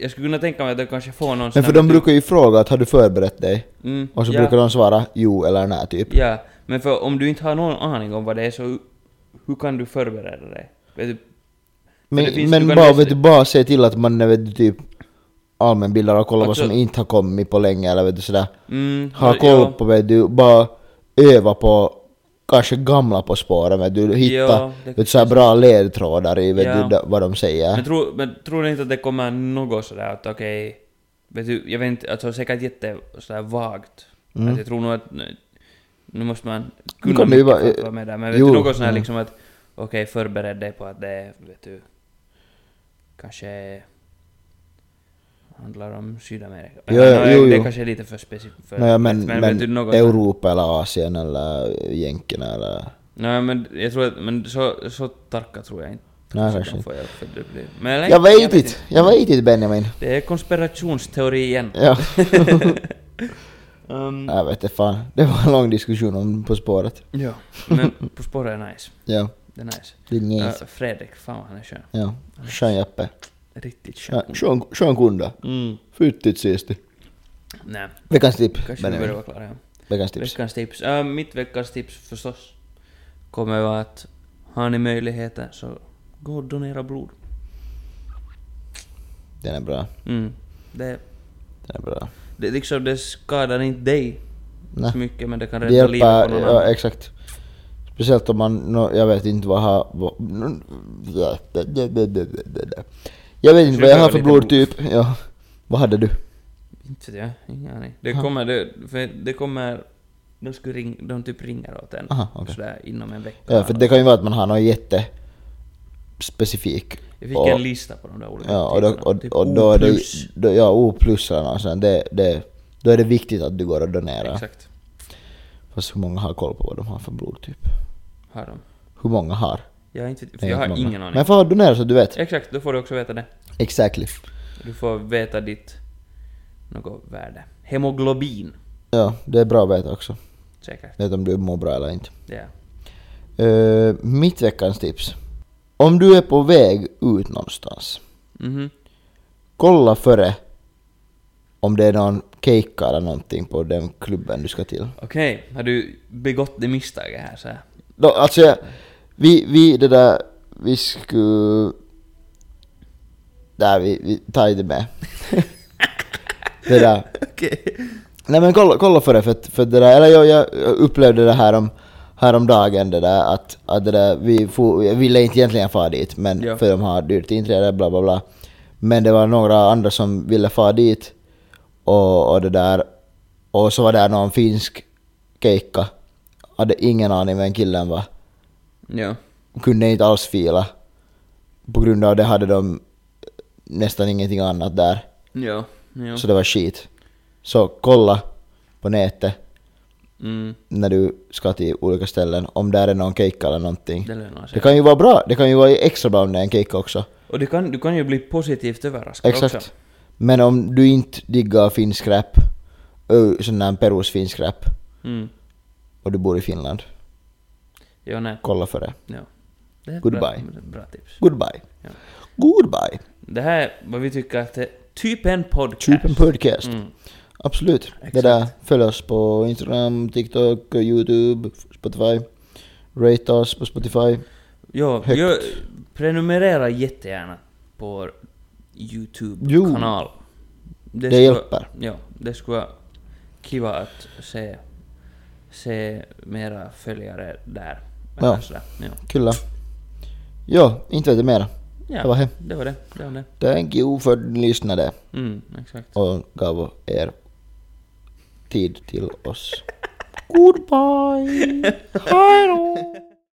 Speaker 2: Jag skulle kunna tänka mig att de kanske får någon sån
Speaker 3: Men
Speaker 2: här-
Speaker 3: för de brukar ju fråga att har du förberett dig?
Speaker 2: Mm,
Speaker 3: Och så
Speaker 2: ja.
Speaker 3: brukar de svara jo eller nej typ.
Speaker 2: Ja, men för om du inte har någon aning om vad det är så hur kan du förbereda dig? Vet du? För det
Speaker 3: Men,
Speaker 2: finns- du
Speaker 3: men
Speaker 2: kan
Speaker 3: bara,
Speaker 2: läsa
Speaker 3: vet
Speaker 2: det.
Speaker 3: du, bara se till att man är vet du, typ allmänbildare och kolla vad
Speaker 2: Alltså-
Speaker 3: som inte har kommit på länge eller vet du sådär.
Speaker 2: Mm,
Speaker 3: Ha
Speaker 2: ja,
Speaker 3: koll på vet du, bara öva på kanske gamla På spåret vet du, hitta
Speaker 2: Ja, det-
Speaker 3: vet du, så här bra ledtrådar i vet
Speaker 2: Ja.
Speaker 3: du, da- vad de säger.
Speaker 2: Men, tro, men tror ni inte att det kommer något sådär att okej, vet du, jag vet inte, alltså säkert jätte sådär vagt. Att jag tror nog att nu, nu måste man kunna
Speaker 3: Mm. kommer ju
Speaker 2: mycket
Speaker 3: vara-
Speaker 2: för att vara med där, men vet
Speaker 3: jo,
Speaker 2: du något sådär
Speaker 3: mm.
Speaker 2: liksom att okej, förbered dig på att det är, vet du, kanske handlar om Sydamerika.
Speaker 3: Jo,
Speaker 2: Ja,
Speaker 3: jo,
Speaker 2: det
Speaker 3: jo.
Speaker 2: kanske är lite för specifikt. för-
Speaker 3: Nej, men, men,
Speaker 2: vet du något sådär-
Speaker 3: Europa eller Asien eller jänkerna eller...
Speaker 2: Nej men jag tror att, men så, så tarka tror jag inte.
Speaker 3: Nej,
Speaker 2: Så
Speaker 3: kanske
Speaker 2: kan få jag- för det blir- men eller
Speaker 3: Jag
Speaker 2: inte,
Speaker 3: vet inte, jag vet inte Benjamin.
Speaker 2: Det är konspirationsteori igen. <laughs>
Speaker 3: Ja,
Speaker 2: Ehm,
Speaker 3: jag vet inte fan. Det var en lång diskussion om På spåret.
Speaker 2: ja. Men På spåret är nice.
Speaker 3: Ja,
Speaker 2: Det är nice.
Speaker 3: det är nice.
Speaker 2: Äh, Fredrik, fan vad han är skön.
Speaker 3: Ja, skön Jeppe.
Speaker 2: Riktigt skön.
Speaker 3: Ja, Skön skön kunda.
Speaker 2: Mm.
Speaker 3: Fyttigt syns det.
Speaker 2: Nej,
Speaker 3: Veckans tips.
Speaker 2: kanske vi börjar
Speaker 3: Benjamin.
Speaker 2: vara klara. Ja.
Speaker 3: Veckans tips.
Speaker 2: Veckans tips. Äh, mitt veckans tips förstås kommer vara att har ni möjligheter så gå och donera blod.
Speaker 3: Den är bra.
Speaker 2: Mm. Det,
Speaker 3: Den är bra.
Speaker 2: det, liksom, det skadar inte dig
Speaker 3: Nej.
Speaker 2: så mycket men det kan
Speaker 3: Det
Speaker 2: rädda livet
Speaker 3: hjälper,
Speaker 2: på någon
Speaker 3: ja
Speaker 2: annan.
Speaker 3: exakt. Speciellt om man, nå, jag vet inte vad jag har... vad- ja, det- det- det- det- det- det. Jag vet inte
Speaker 2: Så
Speaker 3: vad
Speaker 2: du
Speaker 3: jag har
Speaker 2: behöver
Speaker 3: för
Speaker 2: lite
Speaker 3: blodtyp. Ja. Vad hade du?
Speaker 2: Inte vet jag, ingen aning. Det kommer, det, för det kommer... De, skulle ring, de typ ringer åt en
Speaker 3: Aha, okej.
Speaker 2: sådär inom en vecka.
Speaker 3: Ja, för det kan ju vara att man har någon jätte specifik.
Speaker 2: Jag fick
Speaker 3: och-
Speaker 2: en lista på de där olika
Speaker 3: Ja, och då, och,
Speaker 2: typerna. Typ
Speaker 3: och då
Speaker 2: O+.
Speaker 3: är det då, ja, O plus eller något sånt. Det, det, då är det viktigt att du går och donerar.
Speaker 2: Exakt.
Speaker 3: Fast hur många har koll på vad de har för blodtyp?
Speaker 2: Har de.
Speaker 3: Hur många har?
Speaker 2: Jag, har inte, för
Speaker 3: Nej,
Speaker 2: jag har
Speaker 3: inte många.
Speaker 2: ingen aning.
Speaker 3: Men får donera så att du vet.
Speaker 2: Exakt, då får du också veta det.
Speaker 3: Exactly.
Speaker 2: Du får veta ditt... Något värde. Hemoglobin.
Speaker 3: Ja, det är bra att veta också.
Speaker 2: Säkert.
Speaker 3: Vet om du mår bra eller inte.
Speaker 2: Ja.
Speaker 3: Eh, mitt veckans tips. Om du är på väg ut någonstans,
Speaker 2: Mhm.
Speaker 3: kolla före om det är någon kejka eller någonting på den klubben du ska till.
Speaker 2: Okej, har du begått det misstaget här
Speaker 3: <laughs>
Speaker 2: så här?
Speaker 3: Då, alltså jag, vi, vi det där, vi skulle... Där vi, vi tar inte med. det där.
Speaker 2: Okej.
Speaker 3: Nej men kolla, kolla för det, för, att- för att det där, eller jag, jag upplevde det här om häromdagen det där att, att det där, vi for, jag ville inte egentligen fara dit men
Speaker 2: Ja.
Speaker 3: för de har dyrt inträde bla bla bla. Men det var några andra som ville fara dit och, och det där och så var det någon finsk keikka. Hade ingen aning vem killen var.
Speaker 2: Ja.
Speaker 3: Kunde inte alls fila. På grund av det hade de nästan ingenting annat där.
Speaker 2: Ja. Ja.
Speaker 3: Så det var skit. Så kolla på nätet
Speaker 2: Mm.
Speaker 3: när du ska till olika ställen, om där är någon keikka eller någonting.
Speaker 2: Det lönar sig.
Speaker 3: Det kan ju vara bra, det kan ju vara extra bra om det är en keikka också.
Speaker 2: Och du kan, du kan ju bli positivt överraskad också.
Speaker 3: Exakt. Men om du inte diggar finsk rap, ö, sån där Perus finsk rap,
Speaker 2: Mm.
Speaker 3: och du bor i Finland,
Speaker 2: Ja, nej.
Speaker 3: kolla för det.
Speaker 2: Ja. Det är ett
Speaker 3: Goodbye.
Speaker 2: Bra, bra tips.
Speaker 3: Goodbye.
Speaker 2: Ja.
Speaker 3: Goodbye!
Speaker 2: Det här är vad vi tycker att det är typ en podcast.
Speaker 3: Typ en podcast.
Speaker 2: Mm.
Speaker 3: Absolut. Det där, följ oss på Instagram, TikTok, YouTube, Spotify. Rate oss på Spotify.
Speaker 2: Ja,
Speaker 3: Högt.
Speaker 2: gör, prenumerera jättegärna på vår YouTube-kanal.
Speaker 3: Det,
Speaker 2: skulle-
Speaker 3: hjälper.
Speaker 2: Ja, det skulle vara kiva att se, se mera följare där.
Speaker 3: Ja.
Speaker 2: Eller sådär. Ja.
Speaker 3: Kulla. Ja, inte vet jag mer.
Speaker 2: ja,
Speaker 3: Det var det.
Speaker 2: det var det. Det var det.
Speaker 3: Thank you för att ni lyssnade.
Speaker 2: Mm, exakt.
Speaker 3: och gav er tid till oss. Goodbye! Hej då!